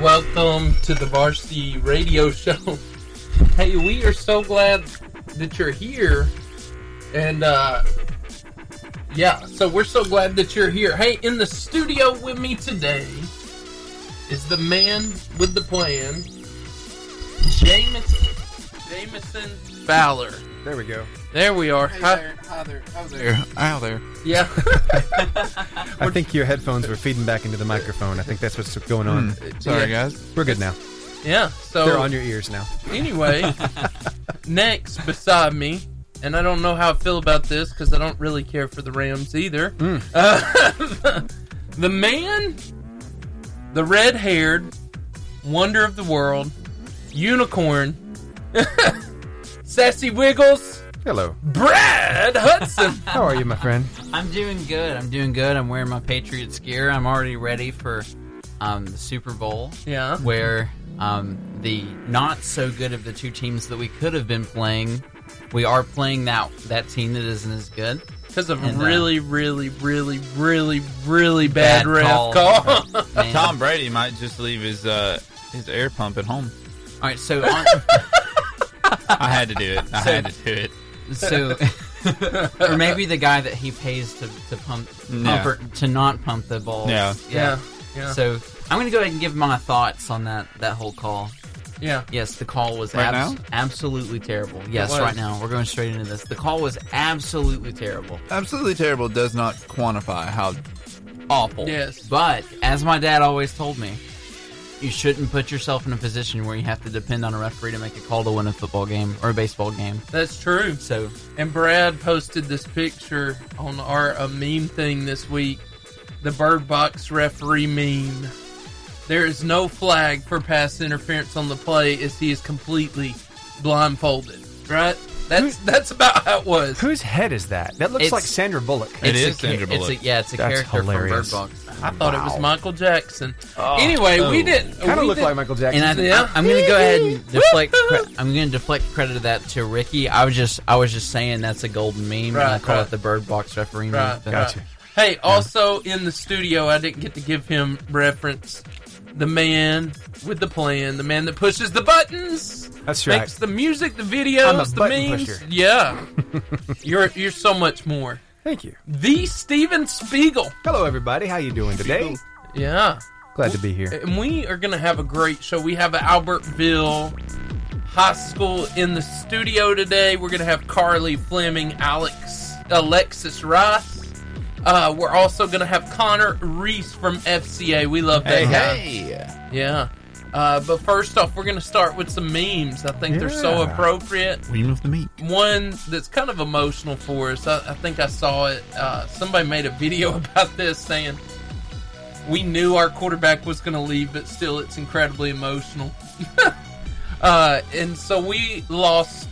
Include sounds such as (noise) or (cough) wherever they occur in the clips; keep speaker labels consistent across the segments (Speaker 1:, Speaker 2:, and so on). Speaker 1: Welcome to the Varsity Radio Show. (laughs) hey, we are so glad that you're here. And, uh, yeah, so we're so glad that you're here. Hey, in the studio with me today is the man with the plan, Jameson, Jameson Fowler.
Speaker 2: There we go.
Speaker 1: There we are.
Speaker 3: Hey
Speaker 1: Hi-
Speaker 3: there, hi there, hi there.
Speaker 4: there. Ow there.
Speaker 1: Yeah. (laughs)
Speaker 2: I think your headphones were feeding back into the microphone. I think that's what's going on.
Speaker 4: Sorry,
Speaker 1: Yeah.
Speaker 4: guys.
Speaker 2: We're good now.
Speaker 1: Yeah. So
Speaker 2: They're on your ears now.
Speaker 1: Anyway, next beside me, and I don't know how I feel about this because I don't really care for the Rams either. Uh, (laughs) the man, the red haired wonder of the world, unicorn, (laughs) sassy wiggles,
Speaker 2: Hello.
Speaker 1: Brad Hudson.
Speaker 2: How are you, my friend?
Speaker 3: I'm doing good. I'm doing good. I'm wearing my Patriots gear. I'm already ready for um, the Super Bowl,
Speaker 1: yeah.
Speaker 3: where um, the not so good of the two teams that we could have been playing, we are playing that that team that isn't as good.
Speaker 1: Because of
Speaker 3: And, uh,
Speaker 1: really, really, really, really, really bad,
Speaker 3: Bad
Speaker 1: ref (laughs) call.
Speaker 3: call. (laughs) Man.
Speaker 4: Tom Brady might just leave his uh, his air pump at home.
Speaker 3: All right, so on,
Speaker 4: I had to do it. I
Speaker 3: So-
Speaker 4: had to do it.
Speaker 3: so. (laughs) or maybe the guy that he pays to, to pump, pump
Speaker 4: Yeah.
Speaker 3: or, to not pump the ball.
Speaker 4: Yeah.
Speaker 1: (laughs) yeah. Yeah.
Speaker 3: So I'm going to go ahead and give my thoughts on that that whole call.
Speaker 1: yeah.
Speaker 3: Yes, the call was
Speaker 4: Right
Speaker 3: abs-
Speaker 4: now?
Speaker 3: absolutely terrible.
Speaker 1: It
Speaker 3: Yes,
Speaker 1: was.
Speaker 3: right now. We're going straight into this. The call was absolutely terrible.
Speaker 4: Absolutely terrible does not quantify how.
Speaker 3: Awful.
Speaker 1: Yes.
Speaker 3: But as my dad always told me, you shouldn't put yourself in a position where you have to depend on a referee to make a call to win a football game or a baseball game.
Speaker 1: That's true.
Speaker 3: So
Speaker 1: And Brad posted this picture on our a meme thing this week. The bird box referee meme. There is no flag for pass interference on the play as he is completely blindfolded. Right? That's that's about how it was.
Speaker 2: Whose head is that? That looks
Speaker 3: It's-
Speaker 2: like Sandra Bullock.
Speaker 4: It
Speaker 3: it's a
Speaker 4: is
Speaker 3: ca-
Speaker 4: Sandra
Speaker 3: it's a-
Speaker 4: Bullock.
Speaker 3: yeah, it's a
Speaker 2: That's
Speaker 3: character
Speaker 2: hilarious.
Speaker 3: from Bird Box.
Speaker 1: I thought it was
Speaker 2: Wow. Oh.
Speaker 1: Michael Jackson. anyway, we didn't.
Speaker 2: Kind of
Speaker 1: we
Speaker 2: looked
Speaker 1: did-
Speaker 2: like Michael Jackson.
Speaker 3: And I,
Speaker 1: Yeah.
Speaker 3: I, am going to go ahead
Speaker 1: (laughs)
Speaker 3: and deflect. Cre- I'm going to deflect credit of that to Ricky. I was just, I was just saying that's a golden meme, and I
Speaker 1: Right,
Speaker 3: call
Speaker 1: right.
Speaker 3: it the Bird Box referee. meme.
Speaker 1: Right,
Speaker 3: But-
Speaker 2: Gotcha.
Speaker 1: Hey, also in the studio, I didn't get to give him reference. The man with the plan, the man that pushes the buttons.
Speaker 2: That's right.
Speaker 1: makes the music, the videos, the
Speaker 2: button
Speaker 1: memes.
Speaker 2: pusher.
Speaker 1: Yeah, you're you're so much more.
Speaker 2: Thank you.
Speaker 1: The Steven Spiegel.
Speaker 2: Hello, everybody. How you doing today?
Speaker 1: Yeah,
Speaker 2: Glad to be here.
Speaker 1: and we are gonna have a great show. We have Albertville High School in the studio today. We're gonna have Carly Fleming, Alex, Alexis Rice. Uh, we're also gonna have Connor Reese from FCA. We love that
Speaker 4: Hey,
Speaker 1: guy.
Speaker 4: hey.
Speaker 1: Yeah. Uh, but first off, we're gonna start with some memes. I think they're so
Speaker 2: Yeah.
Speaker 1: appropriate.
Speaker 4: We move the meat.
Speaker 1: one that's kind of emotional for us. I, I think I saw it. Uh, somebody made a video (laughs) about this saying, We knew our quarterback was going to leave, but still, it's incredibly emotional. (laughs) uh, and so we lost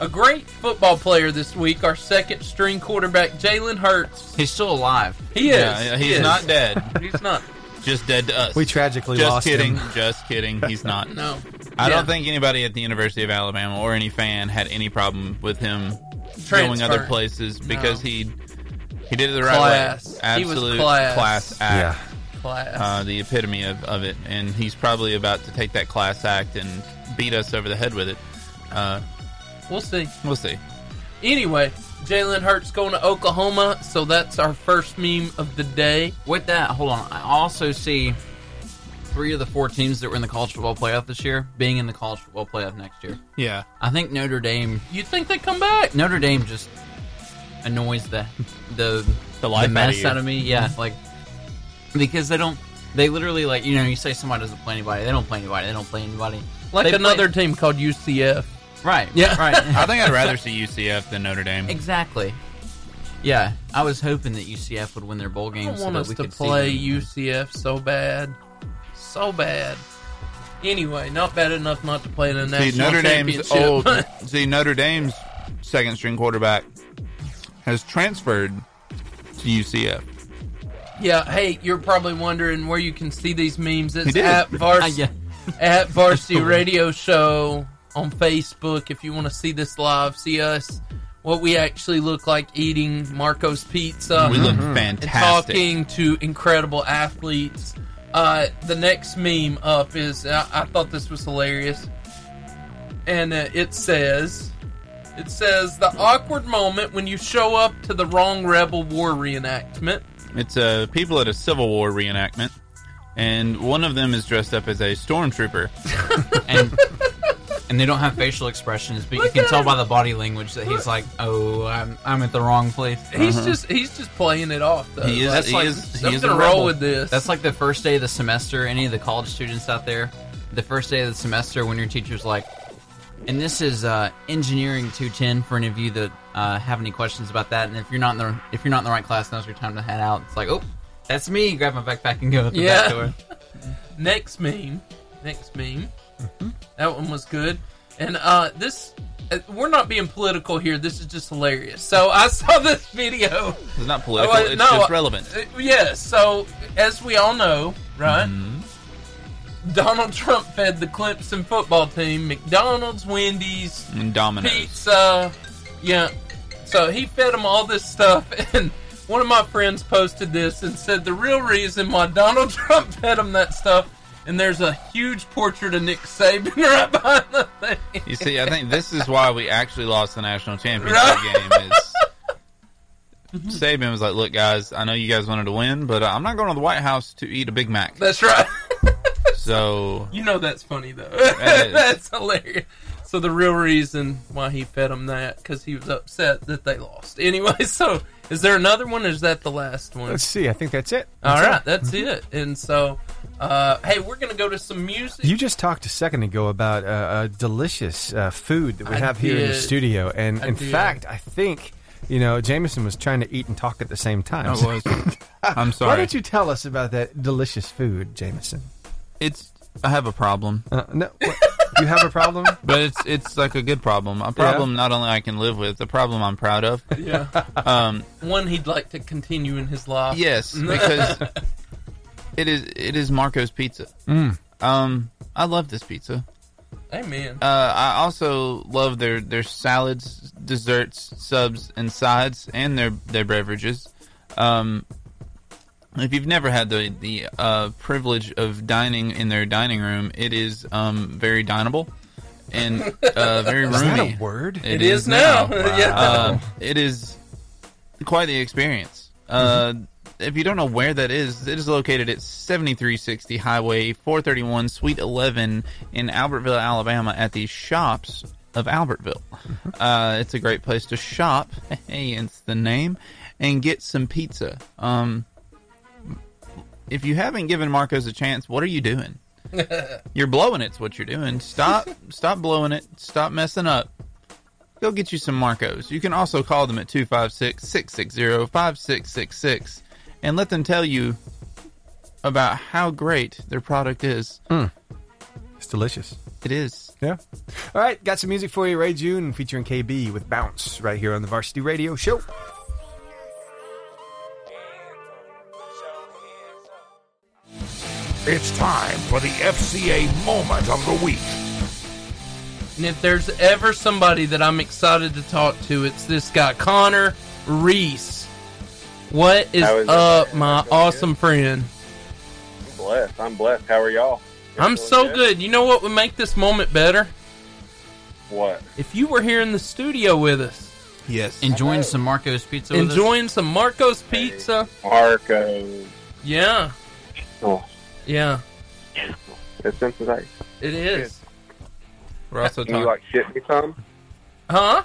Speaker 1: a great football player this week, our second string quarterback, Jalen Hurts.
Speaker 3: He's still alive.
Speaker 1: He is.
Speaker 4: Yeah,
Speaker 1: He
Speaker 4: he's
Speaker 1: is.
Speaker 4: not dead.
Speaker 1: (laughs) He's not.
Speaker 4: Just dead to us.
Speaker 2: We tragically
Speaker 4: just
Speaker 2: lost
Speaker 4: kidding.
Speaker 2: him.
Speaker 4: Just kidding. He's (laughs) not.
Speaker 1: No.
Speaker 4: I
Speaker 1: Yeah.
Speaker 4: don't think anybody at the University of Alabama or any fan had any problem with him going
Speaker 1: Transfer.
Speaker 4: other places because
Speaker 1: No.
Speaker 4: he he did it the right
Speaker 1: Class.
Speaker 4: way.
Speaker 1: He was
Speaker 4: Absolute
Speaker 1: class.
Speaker 4: class act.
Speaker 2: Yeah.
Speaker 1: Class.
Speaker 4: uh, the epitome of, of it, and he's probably about to take that class act and beat us over the head with it. Uh,
Speaker 1: we'll see.
Speaker 4: we'll see.
Speaker 1: Anyway, Jalen Hurts going to Oklahoma, so that's our first meme of the day.
Speaker 3: With that, hold on. I also see three of the four teams that were in the college football playoff this year being in the college football playoff next year.
Speaker 4: Yeah,
Speaker 3: I think Notre Dame.
Speaker 1: You think they come back?
Speaker 3: Notre Dame just annoys the the
Speaker 4: The life out of
Speaker 3: mess
Speaker 4: you.
Speaker 3: out of me. Yeah,
Speaker 1: Mm-hmm.
Speaker 3: like because they don't. They literally like you know you say somebody doesn't play anybody. They don't play anybody. They don't play anybody.
Speaker 1: Like
Speaker 3: They play-
Speaker 1: another team called UCF.
Speaker 3: (laughs) right.
Speaker 1: Yeah.
Speaker 4: I
Speaker 1: (laughs)
Speaker 3: Right.
Speaker 4: think I'd rather see UCF than Notre Dame.
Speaker 3: exactly. Yeah, I was hoping that UCF would win their bowl
Speaker 1: I
Speaker 3: game.
Speaker 1: don't
Speaker 3: so
Speaker 1: want
Speaker 3: that
Speaker 1: us
Speaker 3: we
Speaker 1: to
Speaker 3: could see
Speaker 1: play
Speaker 3: them.
Speaker 1: UCF so bad, so bad. Anyway, not bad enough not to play in a national
Speaker 4: See, Notre Dame's
Speaker 1: championship.
Speaker 4: old. see, Notre Dame's second string quarterback has transferred to UCF.
Speaker 1: (laughs) yeah. Hey, you're probably wondering where you can see these memes. It's
Speaker 4: He did.
Speaker 1: at
Speaker 3: Ah,
Speaker 1: Vars
Speaker 4: (laughs)
Speaker 3: (laughs) yeah.
Speaker 1: at Varsity Radio Show on Facebook. If you want to see this live, see us. What we actually look like eating Marco's pizza.
Speaker 4: We look
Speaker 1: and
Speaker 4: fantastic.
Speaker 1: talking to incredible athletes. Uh, the next meme up is I, I thought this was hilarious, and uh, it says, it says the awkward moment when you show up to the wrong Rebel War reenactment.
Speaker 4: It's uh, people at a Civil War reenactment, and one of them is dressed up as a stormtrooper.
Speaker 1: (laughs)
Speaker 3: and and they don't have facial expressions, but
Speaker 1: Look
Speaker 3: you
Speaker 1: at
Speaker 3: can tell
Speaker 1: him.
Speaker 3: by the body language that he's like, "Oh, I'm I'm at the wrong place."
Speaker 1: He's just he's just playing it off though.
Speaker 4: Uh-huh. He is-
Speaker 1: Like,
Speaker 4: he
Speaker 1: like,
Speaker 4: is- he
Speaker 1: I'm
Speaker 4: is a
Speaker 1: gonna roll
Speaker 4: rebel.
Speaker 1: with this.
Speaker 3: That's like the first day of the semester. Any of the college students out there, the first day of the semester when your teacher's like, and this is uh, engineering two ten for any of you that uh, have any questions about that. And if you're not in the if you're not in the right class, now's your time to head out. It's like, oh, that's me. Grab my backpack and go out the
Speaker 1: Yeah.
Speaker 3: back door.
Speaker 1: next meme next meme
Speaker 4: Mm-hmm.
Speaker 1: that one was good and uh this uh, we're not being political here this is just hilarious so i saw this (laughs) video
Speaker 4: It's not political.
Speaker 1: Oh, I-
Speaker 4: it's
Speaker 1: no,
Speaker 4: just
Speaker 1: I-
Speaker 4: relevant.
Speaker 1: Uh, yes so as we all know right
Speaker 4: Mm-hmm.
Speaker 1: donald trump fed the clemson football team mcdonald's wendy's
Speaker 4: And Dominoes.
Speaker 1: pizza yeah so he fed them all this stuff (laughs) and one of my friends posted this and said the real reason why donald (laughs) trump fed him that stuff and there's a huge portrait of nick saban (laughs) right behind the thing
Speaker 4: You see, I think this is why we actually lost the national championship
Speaker 1: Right.
Speaker 4: game. Is Saban was like, "Look, guys, I know you guys wanted to win, but uh, I'm not going to the White House to eat a Big Mac."
Speaker 1: that's right
Speaker 4: So
Speaker 1: you know that's funny though (laughs)
Speaker 4: is.
Speaker 1: that's hilarious so the real reason why he fed him that because he was upset that they lost (laughs) anyway so is there another one or is that the last one
Speaker 2: Let's see. I think that's it.
Speaker 1: all
Speaker 2: That's it. Mm-hmm.
Speaker 1: right that's it and so uh, hey we're gonna go to some music
Speaker 2: You just talked a second ago about uh, uh, delicious uh, food that we
Speaker 1: I
Speaker 2: have here in the
Speaker 1: did.
Speaker 2: studio, and
Speaker 1: I
Speaker 2: in
Speaker 1: did.
Speaker 2: fact, I think you know Jameson was trying to eat and talk at the same time.
Speaker 4: I was. I'm
Speaker 2: Why
Speaker 4: Oh, sorry.
Speaker 2: don't you tell us about that delicious food, Jameson?
Speaker 4: It's. I have a problem,
Speaker 2: Uh, no, what? you have a
Speaker 4: (laughs)
Speaker 2: problem.
Speaker 4: but it's it's like a good problem. A problem not only I can live with, a problem I'm proud of.
Speaker 1: yeah
Speaker 4: Um,
Speaker 1: one he'd like to continue in his life.
Speaker 4: yes, because it is it is Marco's Pizza.
Speaker 2: Mm.
Speaker 4: Um, I love this pizza.
Speaker 1: Amen.
Speaker 4: Uh, I also love their, their salads, desserts, subs, and sides, and their their beverages. Um, if you've never had the the uh, privilege of dining in their dining room, it is um, very dineable and uh, very
Speaker 2: Is that
Speaker 4: roomy.
Speaker 2: a word?
Speaker 1: It is now. (laughs) Yeah.
Speaker 4: Uh, it is quite the experience. Uh, If you don't know where that is, it is located at 7360 Highway 431, Suite 11 in Albertville, Alabama, at the shops of Albertville. Uh, it's a great place to shop. (laughs) Hey, it's the name, and get some pizza. Um, if you haven't given Marcos a chance, what are you doing? you're blowing it's what you're doing. Stop, stop blowing it. Stop messing up go get you some Marcos. You can also call them at 256 660 5666 and let them tell you about how great their product is.
Speaker 2: It's delicious.
Speaker 4: It is.
Speaker 2: Yeah. All right, got some music for you, Ray June featuring KB with Bounce right here on the Varsity Radio Show.
Speaker 5: It's time for the FCA moment of the week.
Speaker 1: and if there's ever somebody that I'm excited to talk to, it's this guy, Connor Reese. What is
Speaker 6: How is it?
Speaker 1: up, my
Speaker 6: How's it going?
Speaker 1: awesome friend?
Speaker 6: I'm blessed. I'm blessed. How are y'all? Y'all
Speaker 1: I'm
Speaker 6: doing
Speaker 1: so good. You know what would make this moment better?
Speaker 6: What?
Speaker 1: If you were here in the studio with us,
Speaker 4: Yes.
Speaker 3: Enjoying some Marco's pizza. with us.
Speaker 1: enjoying some Marco's pizza.
Speaker 6: Marco.
Speaker 1: Yeah,
Speaker 6: Oh,
Speaker 1: yeah,
Speaker 6: it's been today.
Speaker 1: it is.
Speaker 4: We're also
Speaker 6: Can you
Speaker 4: talking.
Speaker 6: like ship me some?
Speaker 1: Huh?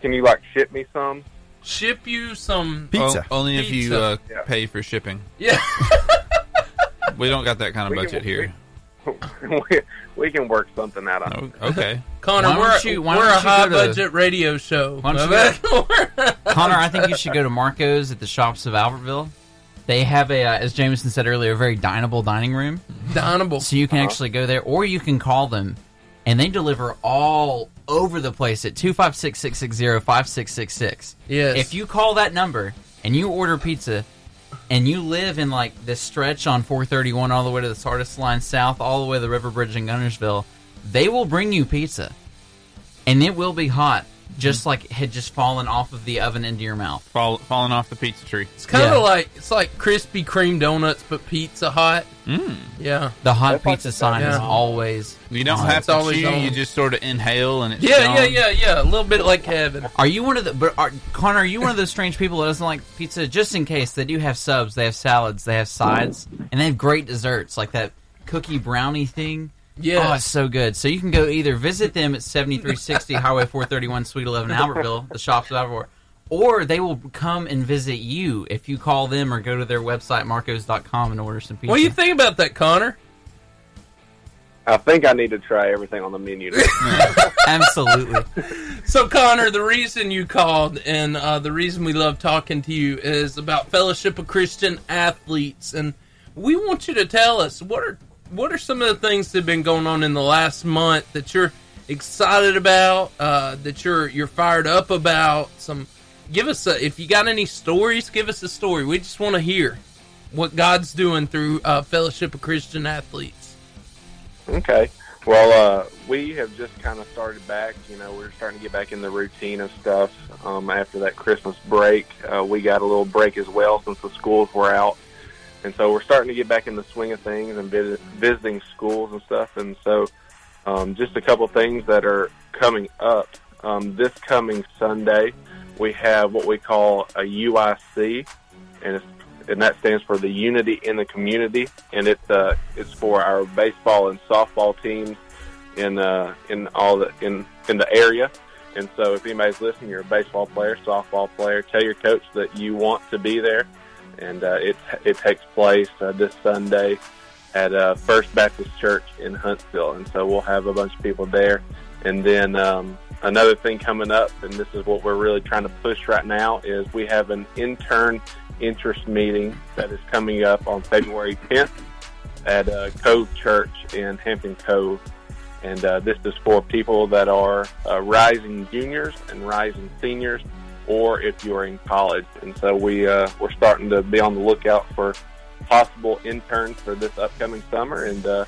Speaker 6: Can you like ship me some? (laughs)
Speaker 1: Ship you some.
Speaker 4: Oh,
Speaker 2: Pizza.
Speaker 4: only if you
Speaker 1: Pizza.
Speaker 4: uh,
Speaker 6: Yeah.
Speaker 4: pay for shipping.
Speaker 1: Yeah.
Speaker 4: We don't got that kind of
Speaker 6: We can-
Speaker 4: budget here.
Speaker 6: we, we can work something out. I-
Speaker 4: Oh,
Speaker 6: (laughs)
Speaker 4: okay.
Speaker 1: Connor,
Speaker 3: Why don't
Speaker 1: we're,
Speaker 3: you- why
Speaker 1: we're
Speaker 3: don't
Speaker 1: a
Speaker 3: you go
Speaker 1: high
Speaker 3: to-
Speaker 1: budget radio show.
Speaker 3: Why don't
Speaker 1: (laughs)
Speaker 3: Connor, I think you should go to Marco's at the shops of Albertville. They have a, uh, as Jameson said earlier, a very dineable dining room.
Speaker 1: Donable.
Speaker 3: So you
Speaker 4: Uh-huh.
Speaker 3: can actually go there, or you can call them, and they deliver all over the place at 256 660 5666.
Speaker 1: Yes.
Speaker 3: If you call that number and you order pizza, and you live in like this stretch on 431 all the way to the Sardis line south, all the way to the River Bridge in Gunnersville, they will bring you pizza, and it will be hot. just
Speaker 4: Mm-hmm.
Speaker 3: like had just fallen off of the oven into your mouth.
Speaker 4: Fall, falling off the pizza tree.
Speaker 1: It's kind of
Speaker 3: Yeah.
Speaker 1: like it's like Krispy Kreme donuts, but Pizza Hut.
Speaker 4: Mm.
Speaker 1: Yeah,
Speaker 3: The hot
Speaker 6: That's like-
Speaker 3: pizza sign is
Speaker 1: Yeah.
Speaker 3: always.
Speaker 4: You don't
Speaker 3: on.
Speaker 4: have
Speaker 1: It's
Speaker 4: to
Speaker 1: always
Speaker 4: chew.
Speaker 1: on.
Speaker 4: You just sort of inhale and it's
Speaker 1: yeah,
Speaker 4: gone.
Speaker 1: yeah, yeah, yeah. A little bit like heaven.
Speaker 3: Are you one of the? But are, Connor, are you one of those strange people that doesn't like pizza? Just in case they do have subs, they have salads, they have sides, and they have great desserts like that cookie brownie thing.
Speaker 1: Yeah.
Speaker 3: oh, it's so good. So you can go either visit them at seventy three
Speaker 1: (laughs)
Speaker 3: sixty Highway four thirty one Suite eleven Albertville, the shops of Albertville, or they will come and visit you if you call them or go to their website marcos.com and order some pizza.
Speaker 1: What do you think about that, Connor?
Speaker 6: I think I need to try everything on the menu. (laughs)
Speaker 1: (laughs)
Speaker 3: Absolutely.
Speaker 1: So, Connor, the reason you called and uh, the reason we love talking to you is about Fellowship of Christian Athletes, and we want you to tell us what are what are some of the things that have been going on in the last month that you're excited about, uh, that you're you're fired up about. Some, give us a, if you got any stories, give us a story. We just want to hear what God's doing through uh, Fellowship of Christian Athletes.
Speaker 6: Okay. Well, uh, we have just kind of started back. You know, we're starting to get back in the routine of stuff um, after that Christmas break. Uh, we got a little break as well since the schools were out. And so we're starting to get back in the swing of things and visit, visiting schools and stuff. And so um, just a couple things that are coming up. Um, this coming Sunday, we have what we call a UIC, and it's and that stands for the unity in the community, and it's uh, it's for our baseball and softball teams in uh, in all the in in the area. And so, if anybody's listening, you're a baseball player, softball player, tell your coach that you want to be there. And uh, it it takes place uh, this Sunday at uh, First Baptist Church in Huntsville, and so we'll have a bunch of people there. And then um, another thing coming up, and this is what we're really trying to push right now, is we have an intern interest meeting that is coming up on February 10th at uh, Cove Church in Hampton Cove. And uh, this is for people that are uh, rising juniors and rising seniors, or if you are in college. And so we, uh, we're starting to be on the lookout for possible interns for this upcoming summer. And, uh,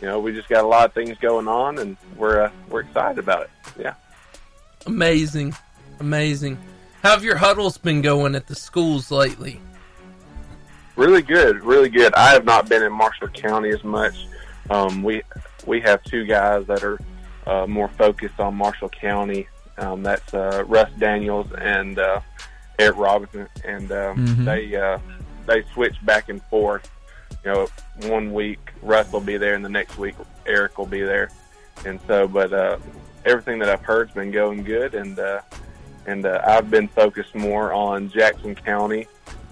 Speaker 6: you know, we just got a lot of things going on, and we're, uh, we're excited about it. Yeah.
Speaker 1: Amazing, amazing. How have your huddles been going at the schools lately?
Speaker 6: Really good, really good. I have not been in Marshall County as much. Um, we we have two guys that are uh, more focused on Marshall County. Um, that's uh, Russ Daniels and uh, Eric Robinson, and um,
Speaker 3: Mhm.
Speaker 6: they uh, they switch back and forth. You know, one week Russ will be there, and the next week Eric will be there, and so. But uh, everything that I've heard's been going good, and uh, and uh, I've been focused more on Jackson County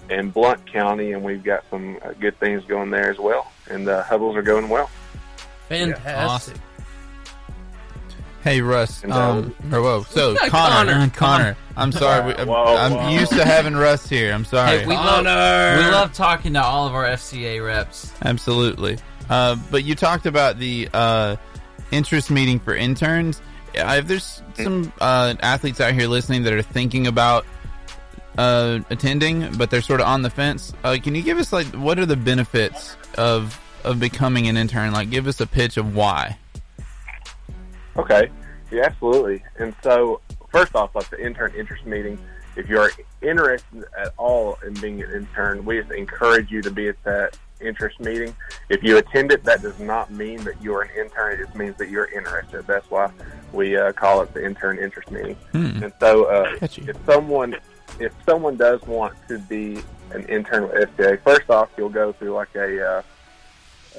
Speaker 6: and Blunt County, and we've got some uh, good things going there as well. And the huddles are going well.
Speaker 1: Fantastic.
Speaker 3: Awesome.
Speaker 4: Hey Russ,
Speaker 6: And, uh,
Speaker 4: um, or whoa, so
Speaker 1: Yeah,
Speaker 4: Connor,
Speaker 1: (laughs) Connor.
Speaker 4: Connor, I'm
Speaker 6: (laughs)
Speaker 4: sorry, we, I'm,
Speaker 6: Whoa,
Speaker 4: I'm
Speaker 6: whoa.
Speaker 4: used to having Russ here. I'm sorry.
Speaker 3: Hey, we love,
Speaker 1: Honor.
Speaker 3: we love talking to all of our FCA reps.
Speaker 4: Absolutely. Uh, but you talked about the uh, interest meeting for interns. Uh, If there's some uh, athletes out here listening that are thinking about uh, attending, but they're sort of on the fence, uh, can you give us like what are the benefits of of becoming an intern? Like, give us a pitch of why.
Speaker 6: Okay. Yeah, absolutely. And so, first off, like the intern interest meeting, if you're interested at all in being an intern, we just encourage you to be at that interest meeting. If you attend it, that does not mean that you're an intern. It just means that you're interested. That's why we uh, call it the intern interest meeting.
Speaker 4: Hmm.
Speaker 6: And so, uh,
Speaker 4: Catchy.
Speaker 6: if someone if someone does want to be an intern with SBA, first off, you'll go through like a uh,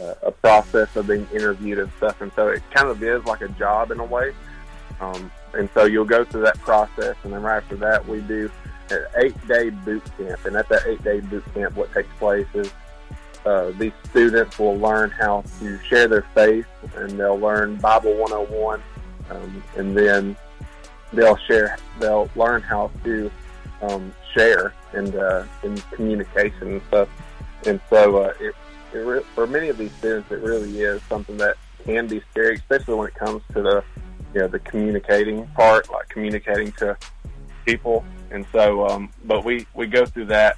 Speaker 6: uh, a process of being interviewed and stuff, and so it kind of is like a job in a way. Um, and so you'll go through that process, and then right after that, we do an eight-day boot camp. And at that eight-day boot camp, what takes place is uh, these students will learn how to share their faith, and they'll learn Bible 101, um, and then they'll share they'll learn how to um, share and uh, and communication and stuff and so uh, it, it re- for many of these students it really is something that can be scary especially when it comes to the you know the communicating part like communicating to people and so um, but we we go through that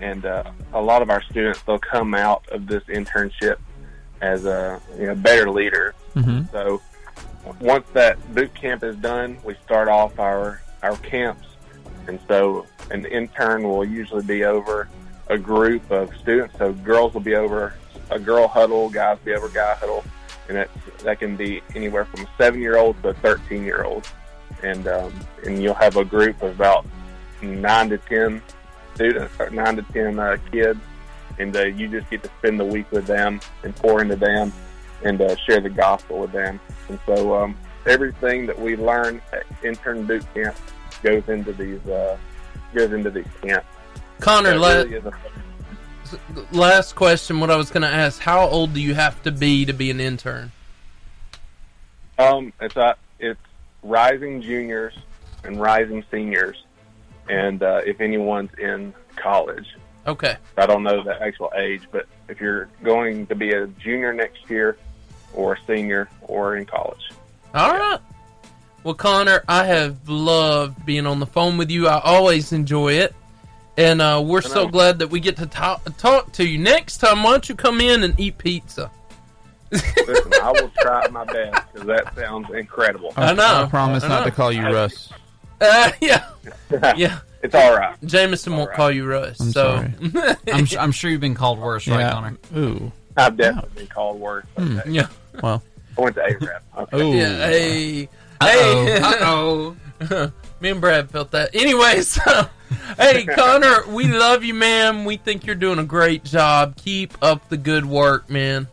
Speaker 6: and uh, a lot of our students they'll come out of this internship as a you know better leader
Speaker 4: Mm-hmm.
Speaker 6: so once that boot camp is done, we start off our our camps. And so an intern will usually be over a group of students. So girls will be over a girl huddle, guys will be over guy huddle. And that's, that can be anywhere from a seven year old to a 13 year old. And, um, and you'll have a group of about nine to 10 students, or nine to 10 uh, kids. And uh, you just get to spend the week with them and pour into them and uh, share the gospel with them. And so um, everything that we learn at intern boot camp goes into these uh, goes into these camps.
Speaker 1: Connor,
Speaker 6: That
Speaker 1: la-
Speaker 6: really is a-
Speaker 1: last question. What I was going to ask: How old do you have to be to be an intern?
Speaker 6: um, it's uh, it's rising juniors and rising seniors, and uh, if anyone's in college,
Speaker 1: Okay,
Speaker 6: I don't know the actual age, but if you're going to be a junior next year, or a senior, or in college.
Speaker 1: all right. Well, Connor, I have loved being on the phone with you. I always enjoy it, and uh, we're so
Speaker 6: know.
Speaker 1: glad that we get to talk talk to you next time. Why don't you come in and eat pizza? (laughs)
Speaker 6: Listen, I will try my best because that sounds incredible.
Speaker 1: I know.
Speaker 4: I promise
Speaker 1: I
Speaker 4: not to
Speaker 1: know.
Speaker 4: call you Russ.
Speaker 1: Uh, yeah, yeah.
Speaker 6: It's all right.
Speaker 1: Jameson won't
Speaker 6: All right.
Speaker 1: call you Russ.
Speaker 4: I'm
Speaker 1: so (laughs)
Speaker 3: I'm, su- I'm sure you've been called worse, right, Connor?
Speaker 4: Ooh.
Speaker 6: I've definitely been called worse. Okay.
Speaker 1: yeah,
Speaker 4: Well.
Speaker 6: I went to E ARAP. Okay.
Speaker 4: Ooh.
Speaker 1: yeah. Hey, hey.
Speaker 3: Uh oh.
Speaker 1: (laughs) Me and Brad felt that. Anyway, (laughs) so hey Connor, we love you, man. We think you're doing a great job. Keep up the good work, man.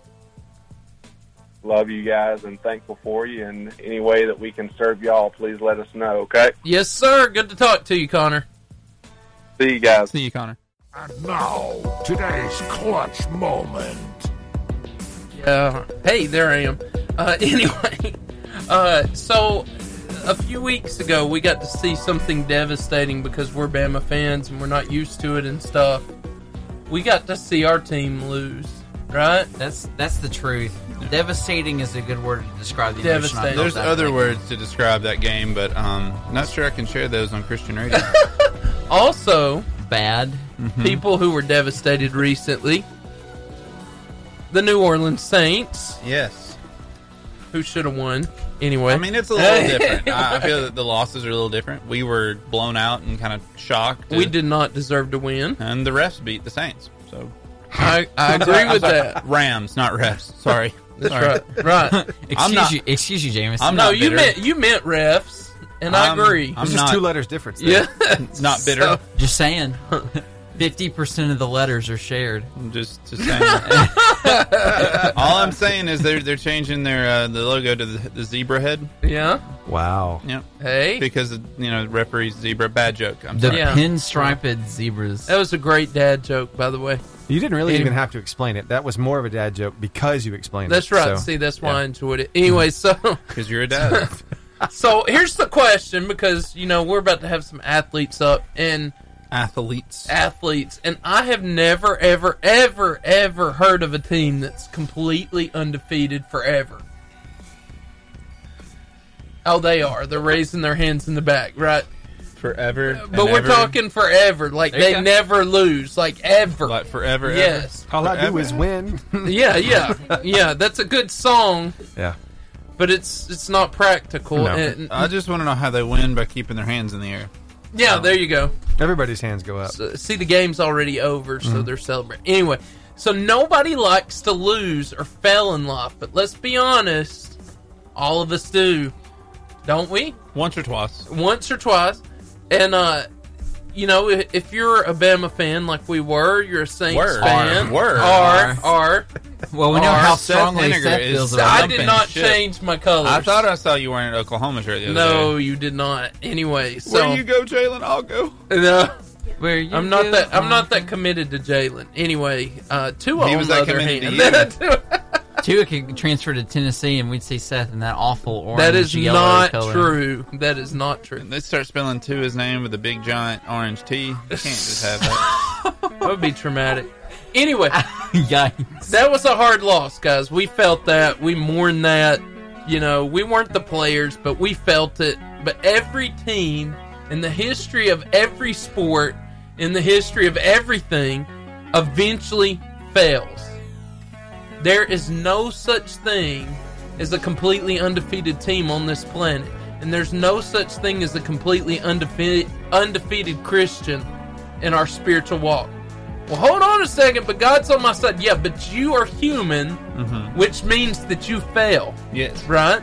Speaker 6: Love you guys and thankful for you. And any way that we can serve y'all, please let us know. Okay.
Speaker 1: Yes, sir. Good to talk to you, Connor.
Speaker 6: See you guys.
Speaker 4: See you, Connor.
Speaker 5: And now, today's clutch moment.
Speaker 1: Yeah. Hey, there I am. Uh, (laughs) anyway, uh, so a few weeks ago, we got to see something devastating because we're Bama fans and we're not used to it and stuff. We got to see our team lose, right?
Speaker 3: That's that's the truth. Devastating is a good word to describe the emotion. I
Speaker 1: Devastating.
Speaker 3: felt
Speaker 4: There's
Speaker 3: that
Speaker 4: other
Speaker 3: week.
Speaker 4: words to describe that game, but um, not sure I can share those on Christian
Speaker 1: (laughs)
Speaker 4: radio.
Speaker 1: Also,
Speaker 3: Bad.
Speaker 1: Mm-hmm. people who were devastated recently. The New Orleans Saints,
Speaker 4: yes.
Speaker 1: who should have won anyway.
Speaker 4: I mean, it's a
Speaker 1: (laughs)
Speaker 4: little different. I, I feel that the losses are a little different. We were blown out and kind of shocked.
Speaker 1: we did not deserve to
Speaker 4: (laughs)
Speaker 1: win.
Speaker 4: And the refs beat the Saints. So
Speaker 1: I, I agree with that.
Speaker 4: Rams, not refs. Sorry.
Speaker 1: (laughs) That's
Speaker 4: Sorry.
Speaker 1: right. Right.
Speaker 3: Excuse
Speaker 4: not-
Speaker 3: you, excuse you,
Speaker 4: (laughs)
Speaker 3: Jameson.
Speaker 4: I'm
Speaker 1: no,
Speaker 4: not
Speaker 1: you
Speaker 4: bitter.
Speaker 1: meant you meant refs, and i
Speaker 4: I'm-
Speaker 1: agree.
Speaker 4: I'm
Speaker 2: It's just
Speaker 4: not-
Speaker 2: two letters difference.
Speaker 1: (laughs)
Speaker 2: There.
Speaker 1: yeah.
Speaker 4: (laughs) Not bitter.
Speaker 1: So-
Speaker 3: just saying.
Speaker 4: (laughs)
Speaker 3: Fifty percent of the letters are shared.
Speaker 4: I'm just,
Speaker 1: (laughs)
Speaker 4: just saying. All I'm saying is they're they're changing their uh, the logo to the, the zebra head.
Speaker 1: yeah.
Speaker 2: Wow.
Speaker 4: Yeah,
Speaker 1: Hey,
Speaker 4: because you know referees zebra. Bad joke. I'm
Speaker 3: The
Speaker 4: sorry.
Speaker 1: Yeah.
Speaker 3: pinstriped zebras.
Speaker 1: that was a great dad joke, by the way.
Speaker 2: You didn't really
Speaker 1: Anyway.
Speaker 2: even have to explain it. That was more of a dad joke because you explained
Speaker 1: That's
Speaker 2: it.
Speaker 1: right.
Speaker 2: so-
Speaker 1: See, that's why I enjoyed it. Anyway, so
Speaker 4: Because you're
Speaker 1: (laughs)
Speaker 4: a dad.
Speaker 1: so here's the question because you know we're about to have some athletes up and.
Speaker 4: Athletes.
Speaker 1: athletes, and I have never, ever, ever, ever heard of a team that's completely undefeated forever. Oh, they are. They're raising their hands in the back, right?
Speaker 4: Forever. and
Speaker 1: But we're
Speaker 4: ever.
Speaker 1: talking forever. Like,
Speaker 3: There you
Speaker 1: they
Speaker 3: go.
Speaker 1: never lose. Like, ever.
Speaker 4: Like forever. ever.
Speaker 1: yes.
Speaker 2: All I do
Speaker 4: Forever.
Speaker 2: is win.
Speaker 1: (laughs) Yeah,
Speaker 3: (laughs)
Speaker 1: yeah. yeah, that's a good song,
Speaker 2: (laughs) yeah.
Speaker 1: but it's it's not practical.
Speaker 2: No.
Speaker 1: And,
Speaker 3: Uh,
Speaker 4: I just want to know how they win by keeping their hands in the air.
Speaker 1: yeah, there you go.
Speaker 2: Everybody's hands go up.
Speaker 1: So- uh, see the game's already over, so they're celebrating. Anyway, so nobody likes to lose or fail in life, but let's be honest, all of us do, don't we?
Speaker 4: Once or twice.
Speaker 1: Once or twice, and uh, you know, if, if you're a Bama fan like we were, you're a Saints
Speaker 4: Were.
Speaker 1: fan.
Speaker 4: Were.
Speaker 1: are
Speaker 4: (laughs)
Speaker 1: are.
Speaker 3: well, we know
Speaker 1: Our
Speaker 3: how
Speaker 4: Seth
Speaker 3: strongly
Speaker 4: Henniger
Speaker 3: Seth
Speaker 4: is-
Speaker 3: feels about
Speaker 1: I
Speaker 3: it.
Speaker 4: Jumping
Speaker 1: did not
Speaker 4: ship.
Speaker 1: change my colors.
Speaker 4: I thought I saw you wearing an Oklahoma shirt the other
Speaker 1: no,
Speaker 4: day.
Speaker 1: you did not. Anyway, so
Speaker 4: Where you go, Jalen? I'll go.
Speaker 1: (laughs) no,
Speaker 3: Where you
Speaker 1: I'm not
Speaker 3: do-
Speaker 1: that I'm not that committed to Jalen. Anyway, uh, Tua
Speaker 4: He
Speaker 1: on
Speaker 4: was
Speaker 1: the
Speaker 4: that
Speaker 1: other
Speaker 4: committed
Speaker 1: hand,
Speaker 3: (laughs)
Speaker 1: (laughs)
Speaker 3: Tua could transfer to Tennessee, and we'd see Seth in that awful orange.
Speaker 1: That is
Speaker 3: yellow
Speaker 1: not
Speaker 3: color.
Speaker 1: true. That is not true.
Speaker 4: Let's start spelling to his name with a big giant orange T. You can't just (laughs) have that.
Speaker 1: That would be traumatic.
Speaker 3: (laughs)
Speaker 1: Anyway,
Speaker 3: (laughs) Yikes!
Speaker 1: that was a hard loss, guys. We felt that. We mourned that. You know, we weren't the players, but we felt it. But every team in the history of every sport, in the history of everything, eventually fails. There is no such thing as a completely undefeated team on this planet. And there's no such thing as a completely undefe- undefeated Christian in our spiritual walk. Well, hold on a second, but God's on my side. Yeah, but you are human, which means that you fail
Speaker 4: Yes.
Speaker 1: right?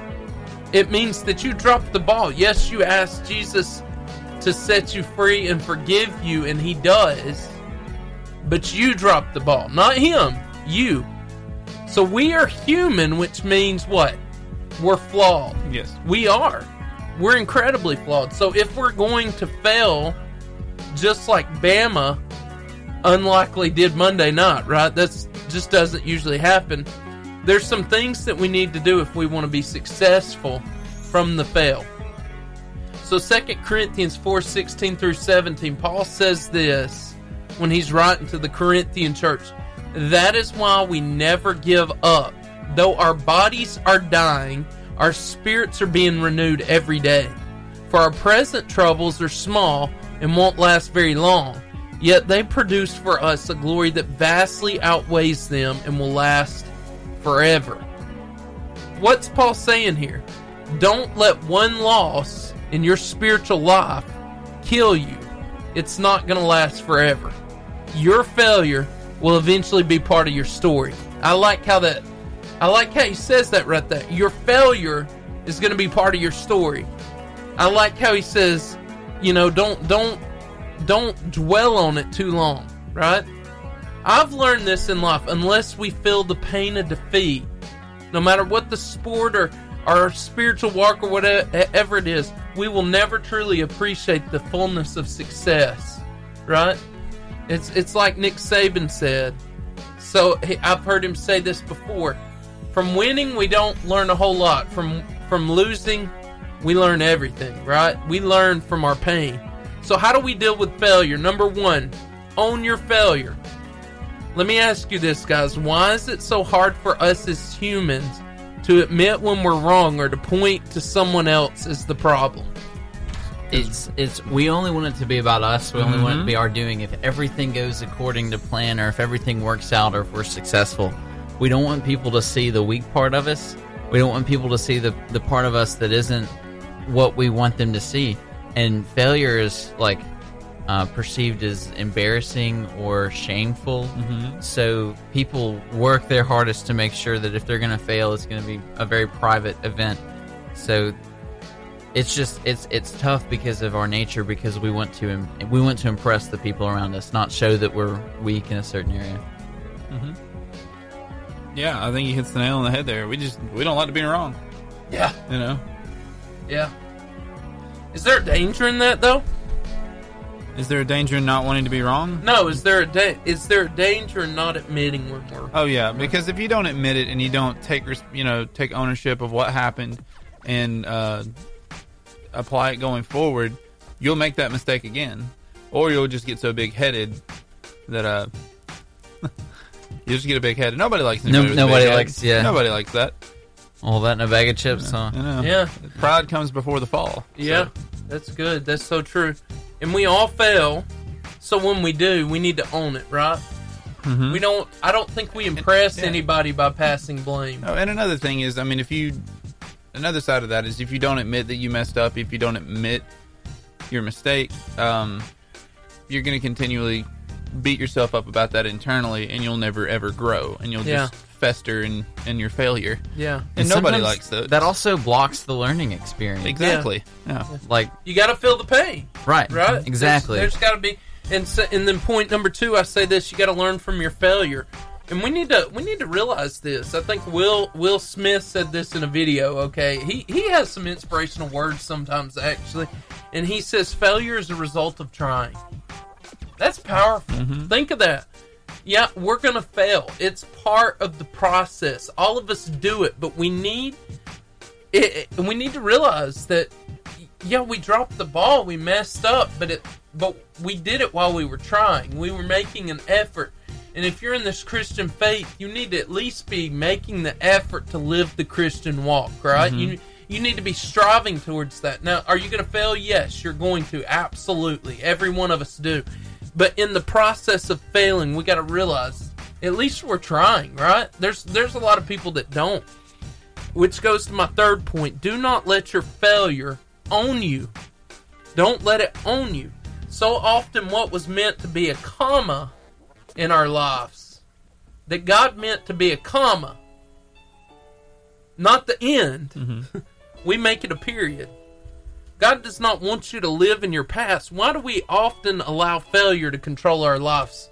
Speaker 1: It means that you dropped the ball. Yes, you asked Jesus to set you free and forgive you, and He does. But you dropped the ball, not Him, you. So we are human, which means what? We're flawed.
Speaker 4: Yes.
Speaker 1: We are. We're incredibly flawed. So if we're going to fail, just like Bama unlikely did Monday night, right? That's just doesn't usually happen. There's some things that we need to do if we want to be successful from the fail. So 2 Corinthians 4:16 through 17, Paul says this when he's writing to the Corinthian church. That is why we never give up. Though our bodies are dying, our spirits are being renewed every day. For our present troubles are small and won't last very long, yet they produce for us a glory that vastly outweighs them and will last forever. What's Paul saying here? Don't let one loss in your spiritual life kill you. It's not going to last forever. Your failure will eventually be part of your story. I like how that I like how he says that right there. Your failure is going to be part of your story. I like how he says, you know, don't don't don't dwell on it too long, right? I've learned this in life. Unless we feel the pain of defeat, no matter what the sport or our spiritual walk or whatever it is, we will never truly appreciate the fullness of success, right? It's it's like Nick Saban said. So he- I've heard him say this before. From winning, we don't learn a whole lot. From from losing, we learn everything, right? We learn from our pain. So how do we deal with failure? Number 1, own your failure. Let me ask you this, guys. Why is it so hard for us as humans to admit when we're wrong or to point to someone else as the problem?
Speaker 3: It's it's we only want it to be about us. We only want it to be our doing. If everything goes according to plan, or if everything works out, or if we're successful, we don't want people to see the weak part of us. We don't want people to see the the part of us that isn't what we want them to see. And failure is like uh, perceived as embarrassing or shameful. So people work their hardest to make sure that if they're going to fail, it's going to be a very private event. So it's just it's it's tough because of our nature because we want to im- we want to impress the people around us not show that we're weak in a certain area
Speaker 4: Yeah, I think he hits the nail on the head there. We just we don't like to be wrong.
Speaker 1: Yeah.
Speaker 4: You know,
Speaker 1: Yeah. Is there danger in that though?
Speaker 4: is there a danger in not wanting to be wrong?
Speaker 1: No, is there a da- is there a danger in not admitting when we're
Speaker 4: Oh yeah, because if you don't admit it and you don't take res- you know take ownership of what happened and uh, apply it going forward, you'll make that mistake again, or you'll just get so big headed that uh. (laughs) You just get a big head. Nobody likes
Speaker 3: No-
Speaker 4: anybody with a big
Speaker 3: nobody
Speaker 4: head.
Speaker 3: likes- yeah.
Speaker 4: Nobody likes that.
Speaker 3: all that in a bag of chips huh
Speaker 4: You know.
Speaker 1: Yeah.
Speaker 4: Pride comes before the fall.
Speaker 1: Yeah, that's good. That's so true. And we all fail. So when we do, we need to own it, right?
Speaker 4: mm-hmm.
Speaker 1: We don't. I don't think we impress
Speaker 4: Yeah.
Speaker 1: anybody by passing blame.
Speaker 4: Oh, and another thing is, I mean, if you, another side of that is if you don't admit that you messed up, if you don't admit your mistake, um, you're going to continually beat yourself up about that internally, and you'll never ever grow, and you'll
Speaker 1: Yeah.
Speaker 4: just fester in in your failure.
Speaker 1: Yeah,
Speaker 4: And, nobody
Speaker 3: sometimes
Speaker 4: likes those.
Speaker 3: that also blocks the learning experience
Speaker 4: exactly. Yeah.
Speaker 3: like
Speaker 1: you got to feel the pain,
Speaker 3: right
Speaker 1: right?
Speaker 3: exactly
Speaker 1: There's, there's got to be. And so, and then point number two, I say this: you got to learn from your failure. And we need to we need to realize this. I think Will Will Smith said this in a video. Okay, he he has some inspirational words sometimes actually, and he says failure is a result of trying. That's powerful.
Speaker 3: Mm-hmm.
Speaker 1: Think of that. Yeah, we're going to fail. It's part of the process. All of us do it, but we need it, it- we need to realize that yeah, we dropped the ball, we messed up, but it but we did it while we were trying. We were making an effort. And if you're in this Christian faith, you need to at least be making the effort to live the Christian walk, right? You you need to be striving towards that. Now, are you going to fail? Yes, you're going to. Absolutely. Every one of us do. But in the process of failing, we got to realize at least we're trying, right? There's there's a lot of people that don't. Which goes to my third point. Do not let your failure own you. Don't let it own you. So often, what was meant to be a comma in our lives, that God meant to be a comma, not the end, (laughs) we make it a period. God does not want you to live in your past. Why do we often allow failure to control our lives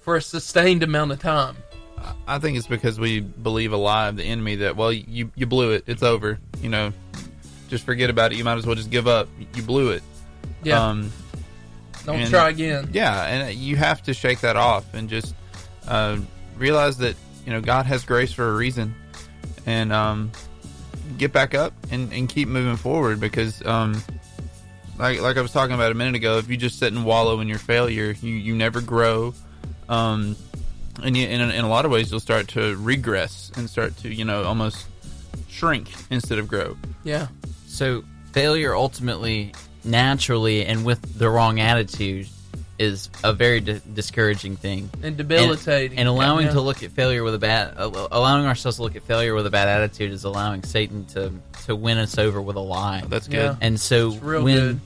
Speaker 1: for a sustained amount of time?
Speaker 4: I think it's because we believe a lie of the enemy that well you you blew it it's over you know just forget about it you might as well just give up you blew it
Speaker 1: Yeah,
Speaker 4: um,
Speaker 1: don't
Speaker 4: and-
Speaker 1: try again.
Speaker 4: yeah and uh, you have to shake that off and just uh, realize that you know God has grace for a reason and um, get back up and, and keep moving forward because um, like like I was talking about a minute ago if you just sit and wallow in your failure you you never grow um, and you, in, a- in a lot of ways you'll start to regress and start to you know almost shrink instead of grow
Speaker 1: Yeah,
Speaker 3: So failure ultimately, naturally, and with the wrong attitude, is a very di- discouraging thing.
Speaker 1: and
Speaker 3: And-
Speaker 1: debilitating.
Speaker 3: and, allowing
Speaker 1: Yeah.
Speaker 3: to look at failure with a bad, uh, allowing ourselves to look at failure with a bad attitude is allowing Satan to to win us over with a lie.
Speaker 4: that's good
Speaker 1: Yeah.
Speaker 3: and so
Speaker 1: It's real
Speaker 3: when,
Speaker 1: good.